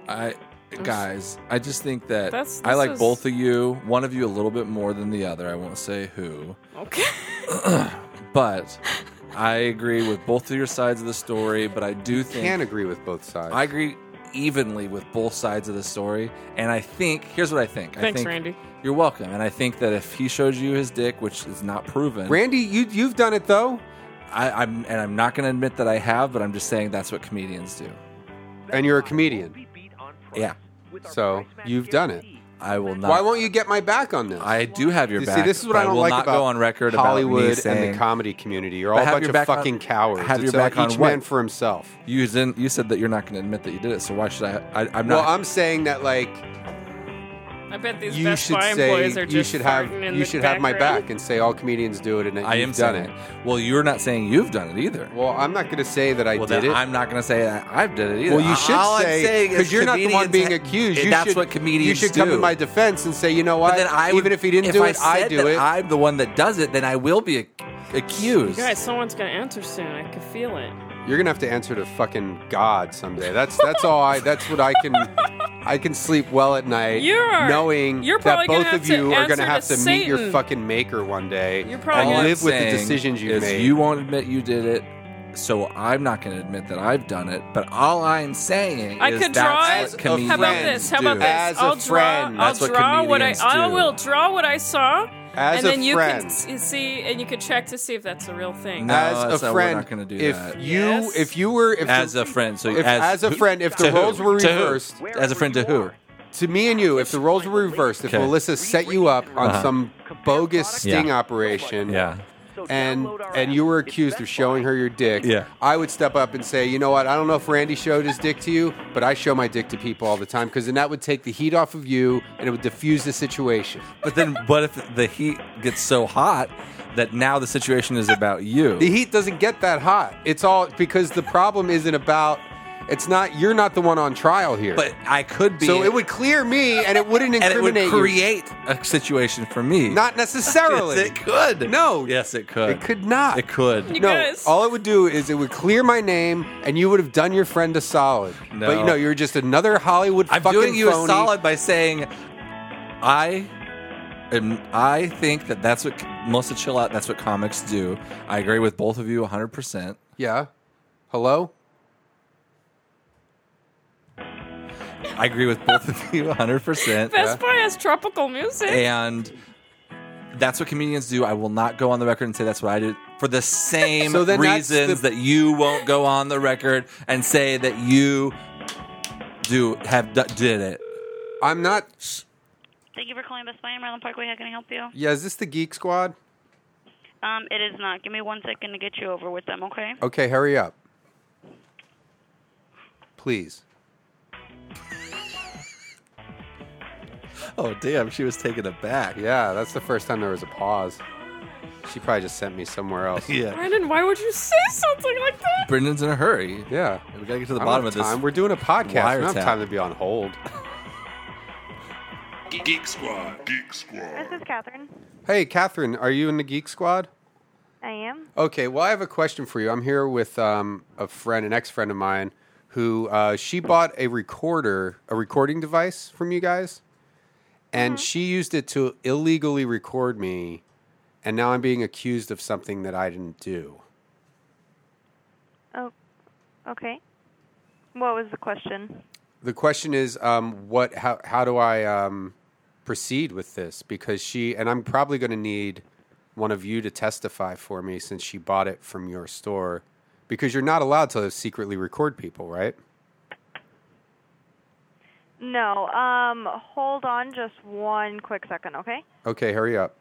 C: I, guys, I just think that
F: That's-
C: I
F: this
C: like
F: is-
C: both of you. One of you a little bit more than the other. I won't say who.
F: Okay.
C: but I agree with both of your sides of the story. But I do think
B: can agree with both sides.
C: I agree evenly with both sides of the story. And I think here's what I think. I
F: Thanks,
C: think,
F: Randy.
C: You're welcome. And I think that if he shows you his dick, which is not proven,
B: Randy, you you've done it though.
C: I, I'm and I'm not going to admit that I have, but I'm just saying that's what comedians do.
B: And you're a comedian,
C: Yeah,
B: so you've done it.
C: I will not.
B: Why won't you get my back on this?
C: I do have your
B: You
C: back.
B: see, this is what
C: but
B: I don't
C: will
B: like
C: not
B: about
C: go on record
B: Hollywood
C: about me
B: and
C: saying-
B: the comedy community. You're
C: But
B: all a
C: have
B: bunch
C: your
B: of
C: back on-
B: fucking cowards.
C: have your
B: It's like
C: back on
B: each
C: what?
B: man for himself.
C: You didn't. You said that you're not going to admit that you did it. So why should I? I I'm not.
B: Well, I'm saying that like
F: I bet these
B: you
F: Best
B: should
F: Buy
B: say
F: employees are just
B: you should have
F: farting in
B: you
F: the
B: should have my
F: background.
B: back and say all comedians do it and that
C: I
B: you've
C: am
B: done
C: saying
B: it.
C: it. Well, you're not saying you've done it either.
B: Well, I'm not going to say that I
C: well,
B: did
C: then
B: it.
C: I'm not going to say that I've done it either.
B: well, you should
C: All I'm
B: say
C: saying is
B: because you're not the one being
C: comedians ha- eh,
B: accused. You
C: that's
B: should,
C: what comedians
B: You should come
C: do.
B: to my defense and say, you know what?
C: But then I would,
B: Even if he didn't do
C: I
B: it, I
C: said
B: do
C: that
B: it.
C: I'm the one that does it. Then I will be ac- accused.
F: Guys, someone's gonna answer soon. I can feel it.
B: You're gonna have to answer to fucking God someday. That's that's all I. That's what I can. I can sleep well at night,
F: You're-
B: knowing
F: you're
B: that
F: probably gonna
B: both
F: have
B: of
F: to
B: you are
F: answer
B: gonna have
F: to
B: to, meet your
F: Satan.
B: fucking maker one day
F: You're probably
B: and
C: All I'm
F: gonna-
B: live with the
C: saying
B: decisions you
C: is
B: made.
C: You won't admit you did it, so I'm not going to admit that I've done it. But all I'm saying
F: I
C: is
F: could draw
C: that's
F: it.
C: what
F: How
C: comedians
F: about this? How
C: do.
F: about this?
B: As a
F: I'll
B: friend,
F: draw.
C: that's
F: I'll
C: what
F: draw what I.
C: comedians
F: I
C: do.
F: will draw what I saw.
B: As
F: and
B: a
F: then you
B: friend.
F: can s- see, and you can check to see if that's a real thing.
C: No,
B: as
C: that's
B: a
C: not- uh, we're
B: friend,
C: not gonna do
B: if
C: that.
B: you
F: Yes.
B: if you were if
C: As
B: the,
C: a friend, so
B: if-
C: as,
B: as a
C: who-
B: friend, if the
C: to who?
B: roles were
C: To who?
B: reversed-
C: as a friend to who?
B: to me and you, if the roles were reversed, if
C: Okay.
B: Melissa set you up on
C: Uh-huh.
B: some bogus sting
C: Yeah.
B: operation,
C: Yeah.
B: and and you were accused of showing her your dick,
C: Yeah.
B: I would step up and say, you know what? I don't know if Randy showed his dick to you, but I show my dick to people all the time because then that would take the heat off of you and it would diffuse the situation.
C: But then, what if the heat gets so hot that now the situation is about you?
B: The heat doesn't get that hot. It's all because the problem isn't about. It's not. You're not the one on trial here.
C: But I could be.
B: so it would clear me, and it wouldn't
C: and it would
B: incriminate you.
C: create a situation for me.
B: Not necessarily.
C: Yes, it could.
B: No.
C: Yes, it could.
B: It could not.
C: It could.
F: You
B: no,
F: guys.
B: all it would do is it would clear my name, and you would have done your friend a solid.
C: No.
B: But you know, you're just another Hollywood.
C: I'm
B: fucking
C: doing you
B: phony.
C: a solid by saying I am, I think that that's what Melissa chill out. That's what comics do. I agree with both of you 100. percent
B: Yeah. Hello.
C: I agree with both of you 100. percent
F: Best Buy has tropical music.
C: And that's what comedians do. I will not go on the record and say that's what I did for the same
B: So then that's
C: reasons
B: the-
C: that you won't go on the record and say that you do have d- did it.
B: I'm not.
O: Thank you for calling Best Buy in Maryland Parkway. How can I help you?
B: Yeah, is this the Geek Squad?
O: Um, it is not. Give me one second to get you over with them, okay?
B: Okay, hurry up. Please.
C: Oh, damn, she was taken aback.
B: Yeah, that's the first time there was a pause. She probably just sent me somewhere else.
E: Yeah. Brandon, why would you say something like that?
C: Brendan's in a hurry.
B: Yeah.
C: We got to get to the
B: I don't
C: bottom
B: have
C: of this
B: time. We're doing a podcast. I don't have
C: wiretap.
B: time to be on hold.
P: Geek Squad. Geek Squad.
N: This is Catherine.
B: Hey, Catherine, are you in the Geek Squad?
N: I am.
B: Okay, well, I have a question for you. I'm here with um, a friend, an ex friend of mine, who uh, she bought a recorder, a recording device from you guys, and she used it to illegally record me, and now I'm being accused of something that I didn't do.
N: Oh, okay. What was the question?
B: The question is, um, what? How, how do I um, proceed with this? Because she and I'm probably going to need one of you to testify for me since she bought it from your store. Because you're not allowed to secretly record people, right?
N: No. Um, hold on just one quick second, okay?
B: Okay, hurry up.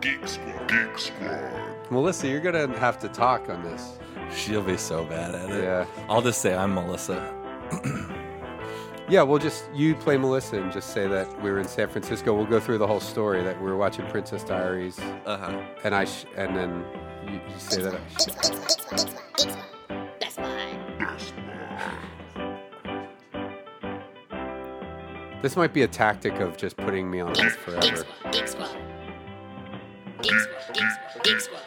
P: Geek Squad. Geek Squad.
B: Melissa, you're gonna have to talk on this.
C: She'll be so bad at it.
B: Yeah.
C: I'll just say I'm Melissa.
B: Yeah, we'll just you play Melissa and just say that we were in San Francisco. We'll go through the whole story that we were watching Princess Diaries.
C: Uh huh.
B: And I sh- and then you, you say that. I sh-
Q: Best Buy.
B: this might be a tactic of just putting me on hold forever.
Q: Geek Squad. Geek Squad. Geek Squad.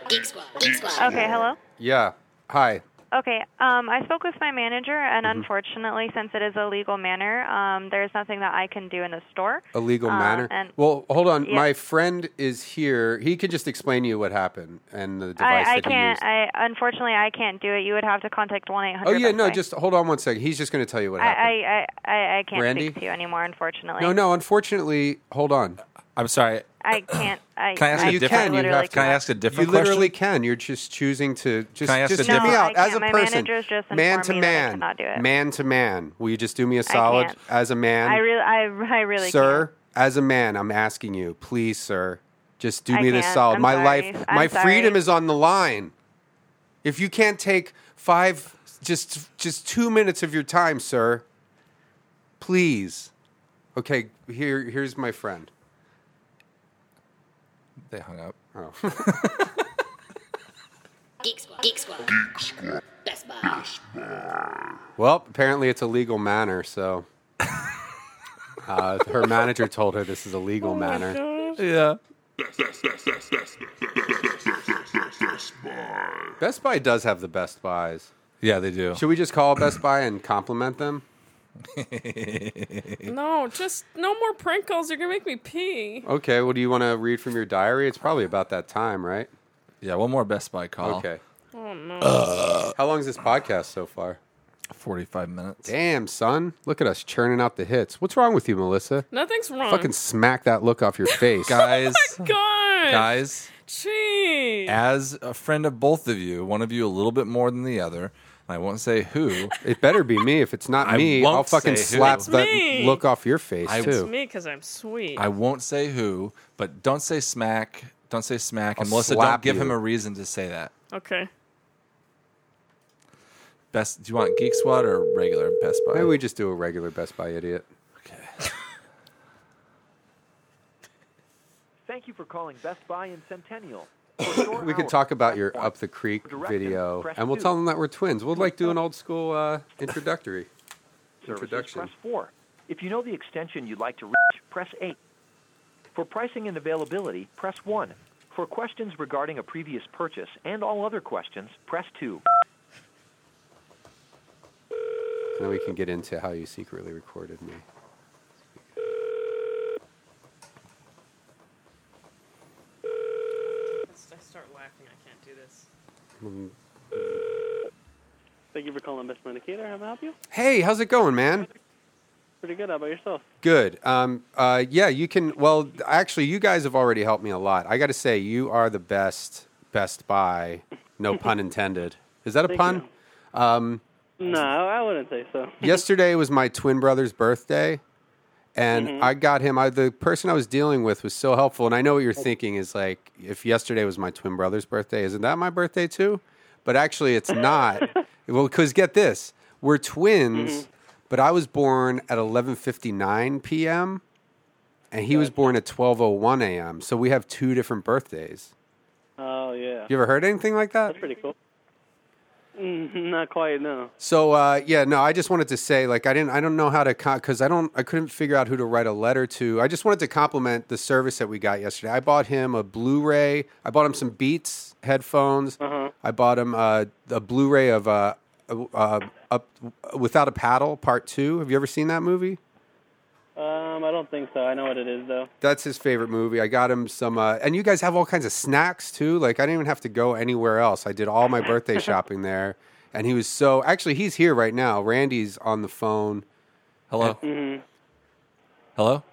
Q: Geek Squad. Geek Squad.
N: Okay, hello?
B: Yeah. Hi.
N: Okay, um, I spoke with my manager, and
B: Mhm.
N: unfortunately, since it is a legal manner, um, there's nothing that I can do in the store.
B: Illegal
N: Uh,
B: manner.
N: and-
B: well, hold on.
N: Yeah.
B: My friend is here. He can just explain to you what happened and the device
N: I, I
B: that he
N: can't.
B: used.
N: I unfortunately I can't do it. You would have to contact one eight hundred.
B: oh yeah, no. Just hold on one second. He's just gonna tell you what happened.
N: I, I, I, I can't
B: Randy?
N: speak to you anymore, unfortunately.
B: No, no. Unfortunately, hold on.
C: I'm sorry.
N: I can't. I,
B: Can I ask
N: I,
B: a
N: I
B: different-
N: literally
B: You have to-
N: cannot.
C: Can I ask a different
B: you literally can. You're just choosing to just,
C: Can I ask
B: just
C: a
B: hear me
C: different-
B: out
N: No, I
B: as a
N: can't. My
B: person.
N: manager's just
B: man
N: informed
B: to
N: me that I
B: man.
N: cannot do it.
B: Man to man. Will you just do me a solid
N: can't.
B: as a man?
N: I really, I, I really
B: sir,
N: can't.
B: as a man, I'm asking you, please, sir, just do
N: I
B: me this
N: can't.
B: solid.
N: I'm
B: my
N: sorry.
B: life,
N: I'm
B: my
N: sorry.
B: freedom is on the line. If you can't take five, just just two minutes of your time, sir, please. Okay, here here's my friend.
C: They hung up.
B: Oh.
Q: Geek Squad. Geek Squad. Geek Squad. Best Buy.
B: Well, apparently it's a legal manner, so uh, her manager told her this is a
N: Oh
B: legal manner.
C: Yeah.
B: Best Buy does have the best buys.
C: Yeah, they do.
B: Should we just call Best Buy and compliment them?
E: No, just no more prank calls. You're gonna make me pee.
B: Okay, well, do you want to read from your diary? It's probably about that time, right?
C: Yeah, one more Best Buy call.
B: Okay. Uh.
E: Oh no.
B: How long is this podcast so far?
C: 45 minutes.
B: Damn, son. Look at us churning out the hits. What's wrong with you, Melissa?
E: Nothing's wrong.
B: Fucking smack that look off your face.
C: Guys,
E: God.
C: guys,
E: Jeez.
C: as a friend of both of you, one of you a little bit more than the other, and I won't say who,
B: it better be me. If it's not
C: I
B: me,
C: won't
B: I'll fucking
C: say who.
B: slap
C: It's
B: that
E: me.
B: look off your face,
C: I-
E: it's
B: too.
E: me because I'm sweet.
C: I won't say who, but don't say smack. Don't say smack. and
B: I'll
C: Melissa,
B: slap
C: don't give
B: you.
C: him a reason to say that.
E: okay.
C: Best, do you want Geek Squad or regular Best Buy?
B: Maybe we just do a regular Best Buy idiot.
M: Thank you for calling Best Buy in Centennial. For store
B: We could
M: hours,
B: talk about your
M: press
B: Up the Creek
M: Direct and
B: video,
M: press
B: and we'll
M: two.
B: tell them that we're twins. We'll like do an old school uh, introductory.
M: services,
B: introduction.
M: Press 4. If you know the extension you'd like to reach, press 8. For pricing and availability, press 1. For questions regarding a previous purchase and all other questions, press 2.
B: And then we can get into how you secretly recorded me.
E: I start laughing. I can't do this.
B: Mm.
R: Thank you for calling Best Medicator. How may I help you?
B: Hey, how's it going, man?
R: Pretty good. How about yourself?
B: Good. Um, uh, yeah, you can. Well, actually, you guys have already helped me a lot. I got to say, you are the best Best Buy. No pun intended. Is that a
R: Thank
B: pun? Um,
R: No, I wouldn't say so.
B: yesterday was my twin brother's birthday, and
R: Mhm.
B: I got him. I, the person I was dealing with was so helpful, and I know what you're thinking is like, if yesterday was my twin brother's birthday, isn't that my birthday too? But actually, it's not. well, because get this, we're twins, but I was born at 11:59 p.m. and he was born at 12:01 a.m. So we have two different birthdays.
R: Oh yeah.
B: You ever heard anything like that?
R: That's pretty cool. Mm, not quite. No.
B: So uh, yeah, no, I just wanted to say like I didn't I don't know how to because I don't I couldn't figure out who to write a letter to. I just wanted to compliment the service that we got yesterday. I bought him a Blu-ray. I bought him some Beats headphones. I bought him uh, a Blu-ray of uh, uh, up without a paddle part two. Have you ever seen that movie?
R: Um, I don't think so. I know what it is though.
B: That's his favorite movie. I got him some, uh, and you guys have all kinds of snacks too. Like I didn't even have to go anywhere else. I did all my birthday shopping there, and he was so. Actually, he's here right now. Randy's on the phone.
C: Hello.
R: Mm-hmm.
C: Hello.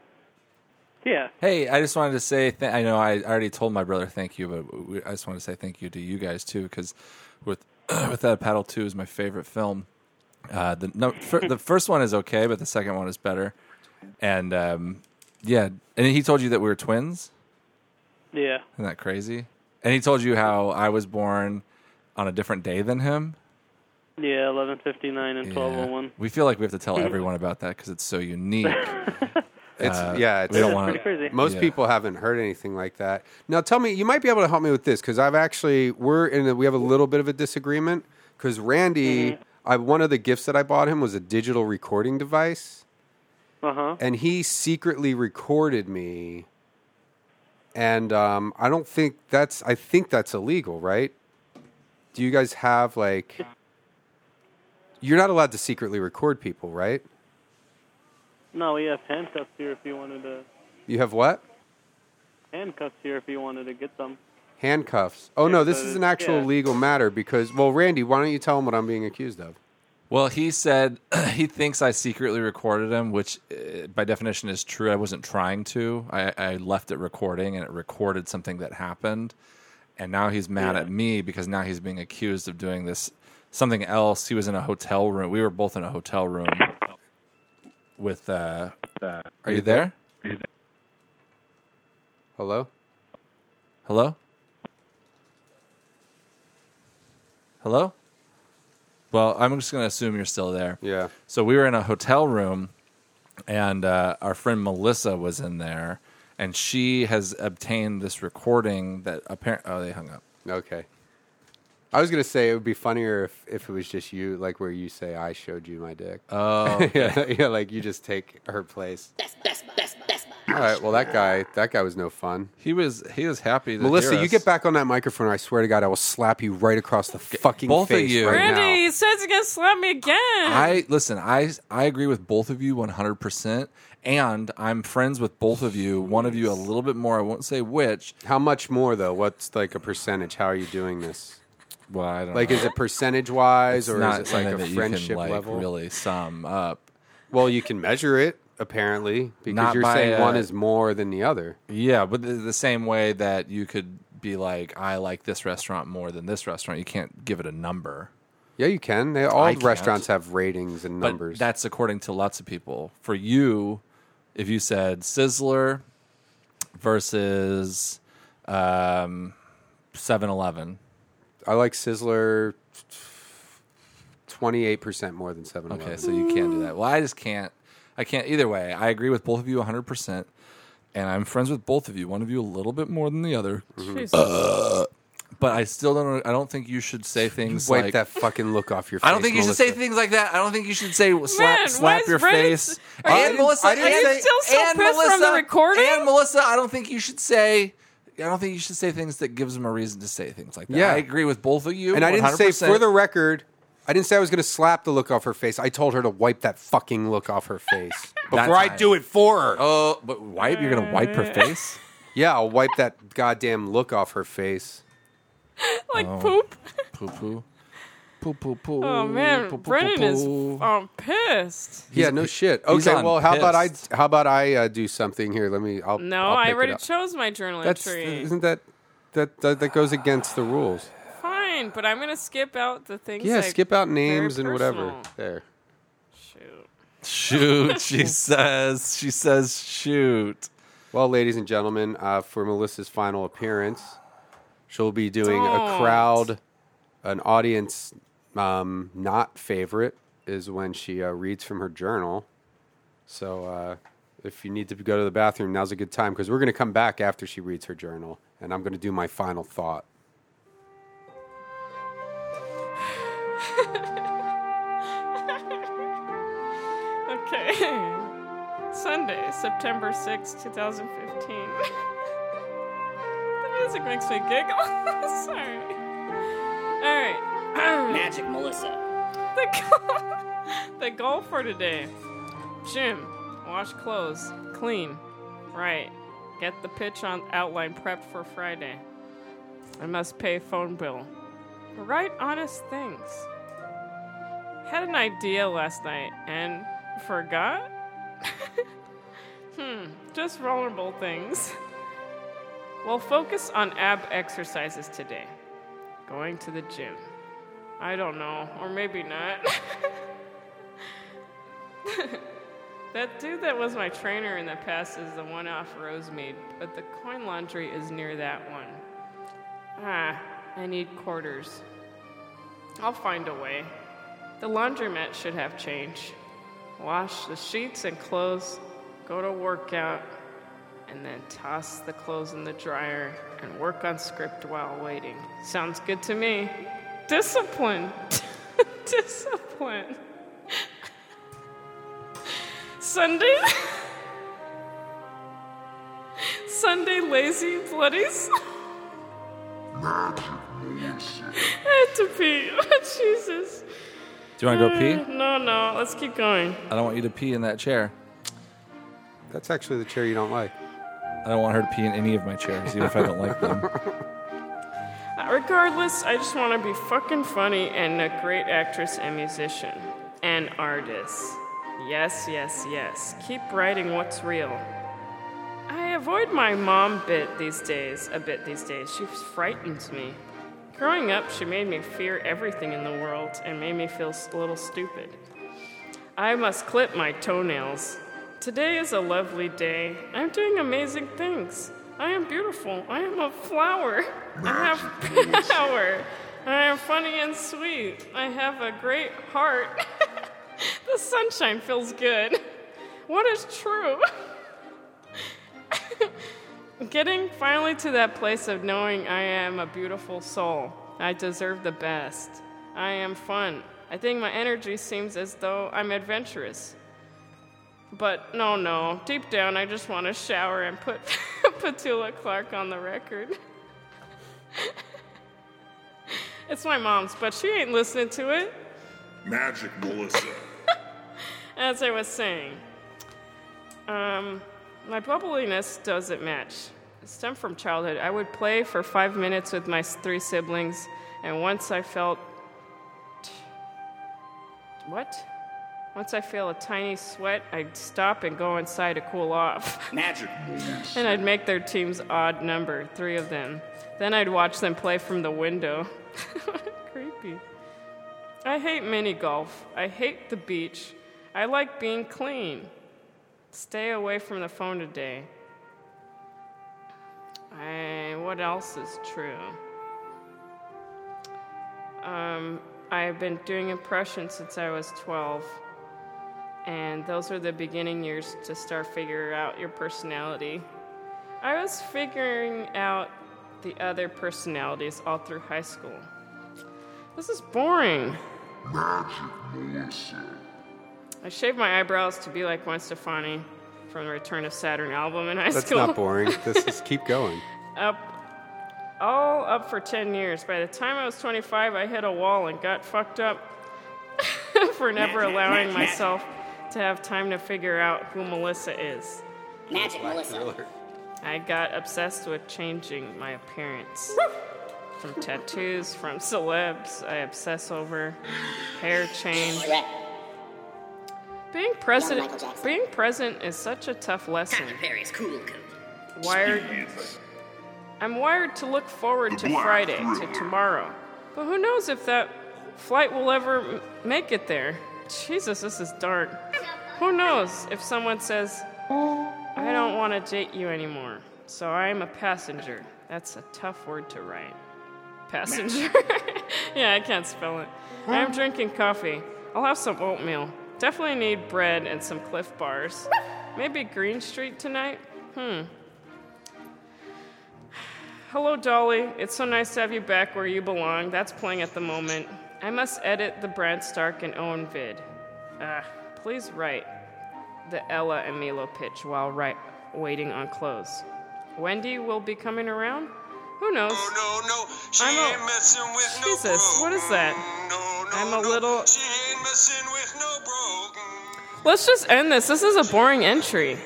R: Yeah.
C: Hey, I just wanted to say, th- I know I already told my brother thank you, but we, I just want to say thank you to you guys too, because with with that paddle two is my favorite film. Uh, the no, fir- the first one is okay, but the second one is better. And um, yeah, and he told you that we were twins.
R: Yeah.
C: Isn't that crazy? And he told you how I was born on a different day than him.
R: Yeah. Eleven fifty nine and twelve oh one.
C: We feel like we have to tell everyone about that because it's so unique.
B: It's
C: Uh,
B: yeah, it's
C: we don't want
B: Most people haven't heard anything like that. Now, tell me, you might be able to help me with this because I've actually we're in a, we have a little bit of a disagreement because Randy, I one of the gifts that I bought him was a digital recording device,
R: Uh huh.
B: and he secretly recorded me, and um, I don't think that's I think that's illegal, right? Do you guys have like? You're not allowed to secretly record people, right?
R: No, we have handcuffs here if you wanted to.
B: You have what?
R: Handcuffs here if you wanted to get them.
B: Handcuffs. Oh no, this
R: so-
B: is an actual
R: yeah.
B: legal matter because well, Randy, why don't you tell him what I'm being accused of?
C: Well, he said he thinks I secretly recorded him, which uh, by definition is true. I wasn't trying to. I, I left it recording and it recorded something that happened. And now he's mad at me because now he's being accused of doing this something else. He was in a hotel room. We were both in a hotel room with. Uh, are you there?
B: Hello?
C: Hello? Hello? Well, I'm just going to assume you're still there.
B: Yeah.
C: So we were in a hotel room, and uh, our friend Melissa was in there, and she has obtained this recording that apparently. Oh, they hung up.
B: Okay. I was gonna say it would be funnier if, if it was just you, like where you say I showed you my dick.
C: Oh,
B: yeah, yeah, like you just take her place.
Q: Best, best, best, best.
B: All right, well that guy, that guy was no fun.
C: He was he was happy. To
B: Melissa,
C: hear
B: you
C: us.
B: get back on that microphone. or I swear to God, I will slap you right across the fucking
C: both of
B: face
C: you.
B: right
E: Randy,
B: now.
E: he says he's gonna slap me again.
C: I listen. I I agree with both of you 100, percent and I'm friends with both of you. One of you a little bit more. I won't say which.
B: How much more though? What's like a percentage? How are you doing this?
C: Well, I don't
B: Like,
C: know.
B: is it percentage wise,
C: It's
B: or
C: not
B: is it like
C: something
B: a
C: that you can,
B: friendship
C: like,
B: level?
C: Really sum up.
B: Well, you can measure it apparently because
C: Not
B: you're
C: by,
B: saying
C: uh,
B: one is more than the other.
C: Yeah, but the, the same way that you could be like, I like this restaurant more than this restaurant. You can't give it a number.
B: Yeah, you can. They all
C: I can't.
B: restaurants have ratings and numbers.
C: But that's according to lots of people. For you, if you said Sizzler versus um, 7-Eleven.
B: I like Sizzler twenty eight percent more than seven.
C: Okay, so you can't do that. Well, I just can't. I can't either way. I agree with both of you 100%. And I'm friends with both of you. One of you a little bit more than the other.
E: Jesus.
C: Uh, but I still don't. I don't think you should say things
B: wipe
C: like
B: that fucking look off your. face,
C: I don't think you should say things like that. I don't think you should say slap
E: Man,
C: slap
E: why
C: your
E: is Brandon
C: face.
E: s- are you-
C: and Melissa,
E: I didn't
C: and
E: say- Are you still so
C: and
E: pissed from
C: Melissa,
E: the recording?
C: And Melissa, I don't think you should say. I don't think you should say things that gives them a reason to say things like that.
B: Yeah.
C: I agree with both of you.
B: And I didn't say
C: 100%.
B: for the record. I didn't say I was going to slap the look off her face. I told her to wipe that fucking look off her face
C: That's
B: before I
C: fine.
B: do it for her.
C: Oh, but wipe. You're gonna wipe
E: Uh.
C: her face.
B: Yeah, I'll wipe that goddamn look off her face.
E: like poop.
C: Poo poo. Poo, poo, poo.
E: Oh man,
C: Poo, poo, poo,
E: Brennan is
C: poo.
E: um pissed.
B: yeah, no shit.
C: he's
B: Okay,
C: on
B: well, how about I? How about I uh, do something here? Let me. I'll.
E: No,
B: I'll
E: I
B: pick it
E: already
B: up.
E: chose my journal
B: That's
E: entry.
B: isn't that that that, that goes against the rules.
E: Fine, but I'm gonna skip out the things.
B: yeah,
E: I-
B: skip out
E: very
B: names and whatever.
E: personal.
B: There.
C: Shoot, she says. She says, shoot.
B: Well, ladies and gentlemen, uh, for Melissa's final appearance, she'll be doing a
E: Don't.
B: crowd, an audience um, not favorite is when she uh, reads from her journal. So uh, if you need to go to the bathroom, now's a good time because we're going to come back after she reads her journal and I'm going to do my final thought.
E: Okay. Sunday, September sixth, two 2015. the music makes me giggle. Sorry. All right.
S: Magic Melissa.
E: The goal, the goal for today gym, wash clothes, clean, right. Get the pitch on outline prepped for Friday. I must pay phone bill. Write honest things. Had an idea last night and forgot? hmm, just vulnerable things. We'll focus on ab exercises today. Going to the gym. I don't know, or maybe not. that dude that was my trainer in the past is the one off Rosemead, but the coin laundry is near that one. Ah, I need quarters. I'll find a way. The laundromat should have change. Wash the sheets and clothes, go to workout, and then toss the clothes in the dryer and work on script while waiting. Sounds good to me. Discipline. Discipline. Sunday. Sunday lazy bloodies. I had to pee. Oh, Jesus.
C: Do you want to go pee?
E: Mm, No, no. Let's keep going.
C: I don't want you to pee in that chair.
B: That's actually the chair you don't like.
C: I don't want her to pee in any of my chairs, even if I don't like them.
E: Uh, Regardless, I just want to be fucking funny and a great actress and musician and artist. Yes, yes, yes. Keep writing what's real. I avoid my mom bit these days, a bit these days. She frightens me. Growing up, she made me fear everything in the world and made me feel s- a little stupid. I must clip my toenails. Today is a lovely day. I'm doing amazing things. I am beautiful. I am a flower. I have power. I am funny and sweet. I have a great heart. the sunshine feels good. What is true? Getting finally to that place of knowing I am a beautiful soul. I deserve the best. I am fun. I think my energy seems as though I'm adventurous. But no, no. Deep down, I just want to shower and put Petula Clark on the record. it's my mom's, but she ain't listening to it.
P: Magic Melissa.
E: As I was saying, um, my bubbliness doesn't match. It stemmed from childhood. I would play for five minutes with my s- three siblings, and once I felt. What? Once I feel a tiny sweat, I'd stop and go inside to cool off.
P: Magic
E: and I'd make their team's odd number, three of them. Then I'd watch them play from the window. Creepy. I hate mini golf. I hate the beach. I like being clean. Stay away from the phone today. I, Eh, what else is true? Um, I've been doing impressions since I was 12, and those are the beginning years to start figuring out your personality. I was figuring out the other personalities all through high school. This is boring.
P: Magic Melissa.
E: I shaved my eyebrows to be like Gwen Stefani from the Return of Saturn album in high
B: That's
E: school.
B: not boring. This is keep going.
E: up, all up for 10 years. By the time I was 25, I hit a wall and got fucked up for never allowing myself to have time to figure out who Melissa is.
S: Magic Melissa.
E: I got obsessed with changing my appearance. from tattoos, from celebs I obsess over, hair change. Being present, being present is such a tough lesson.
Q: Various cool code.
E: Wired. I'm wired to look forward to Friday, to tomorrow. But who knows if that flight will ever m- make it there? Jesus, this is dark. Who knows if someone says, I don't want to date you anymore, so I'm a passenger. That's a tough word to write. Passenger. yeah, I can't spell it. I'm drinking coffee. I'll have some oatmeal. Definitely need bread and some cliff bars. Maybe Green Street tonight? Hmm. Hello, Dolly. It's so nice to have you back where you belong. That's playing at the moment. I must edit the Brad Stark and Owen vid. Ah, please write the Ella and Milo pitch while right, waiting on clothes. Wendy will be coming around? Who knows? Oh, no, no. She ain't messing with Jesus, what is that? I'm a little. She ain't messing with no bro. Let's just end this. This is a boring entry.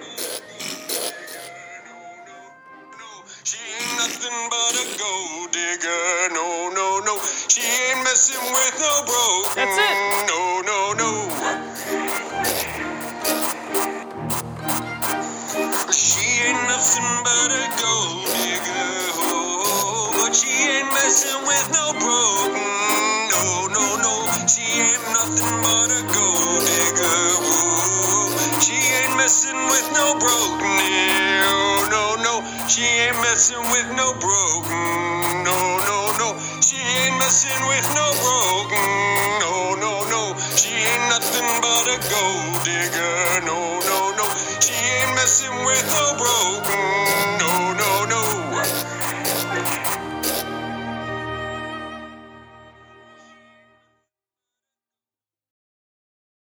G: Nothing but a gold digger. No, no, no. She ain't messing with no broke.
E: That's it.
G: No, no, no. She ain't nothing but a gold digger. Oh, but she ain't messing with no broke. No, no, no. She ain't nothing but a gold digger. Oh, she ain't messing with no broke. No, no, no. She ain't messing with no broke. No, no, no. She ain't messing with no broke. No, no, no. She ain't nothing but a gold digger. No, no, no. She ain't messing with no broke.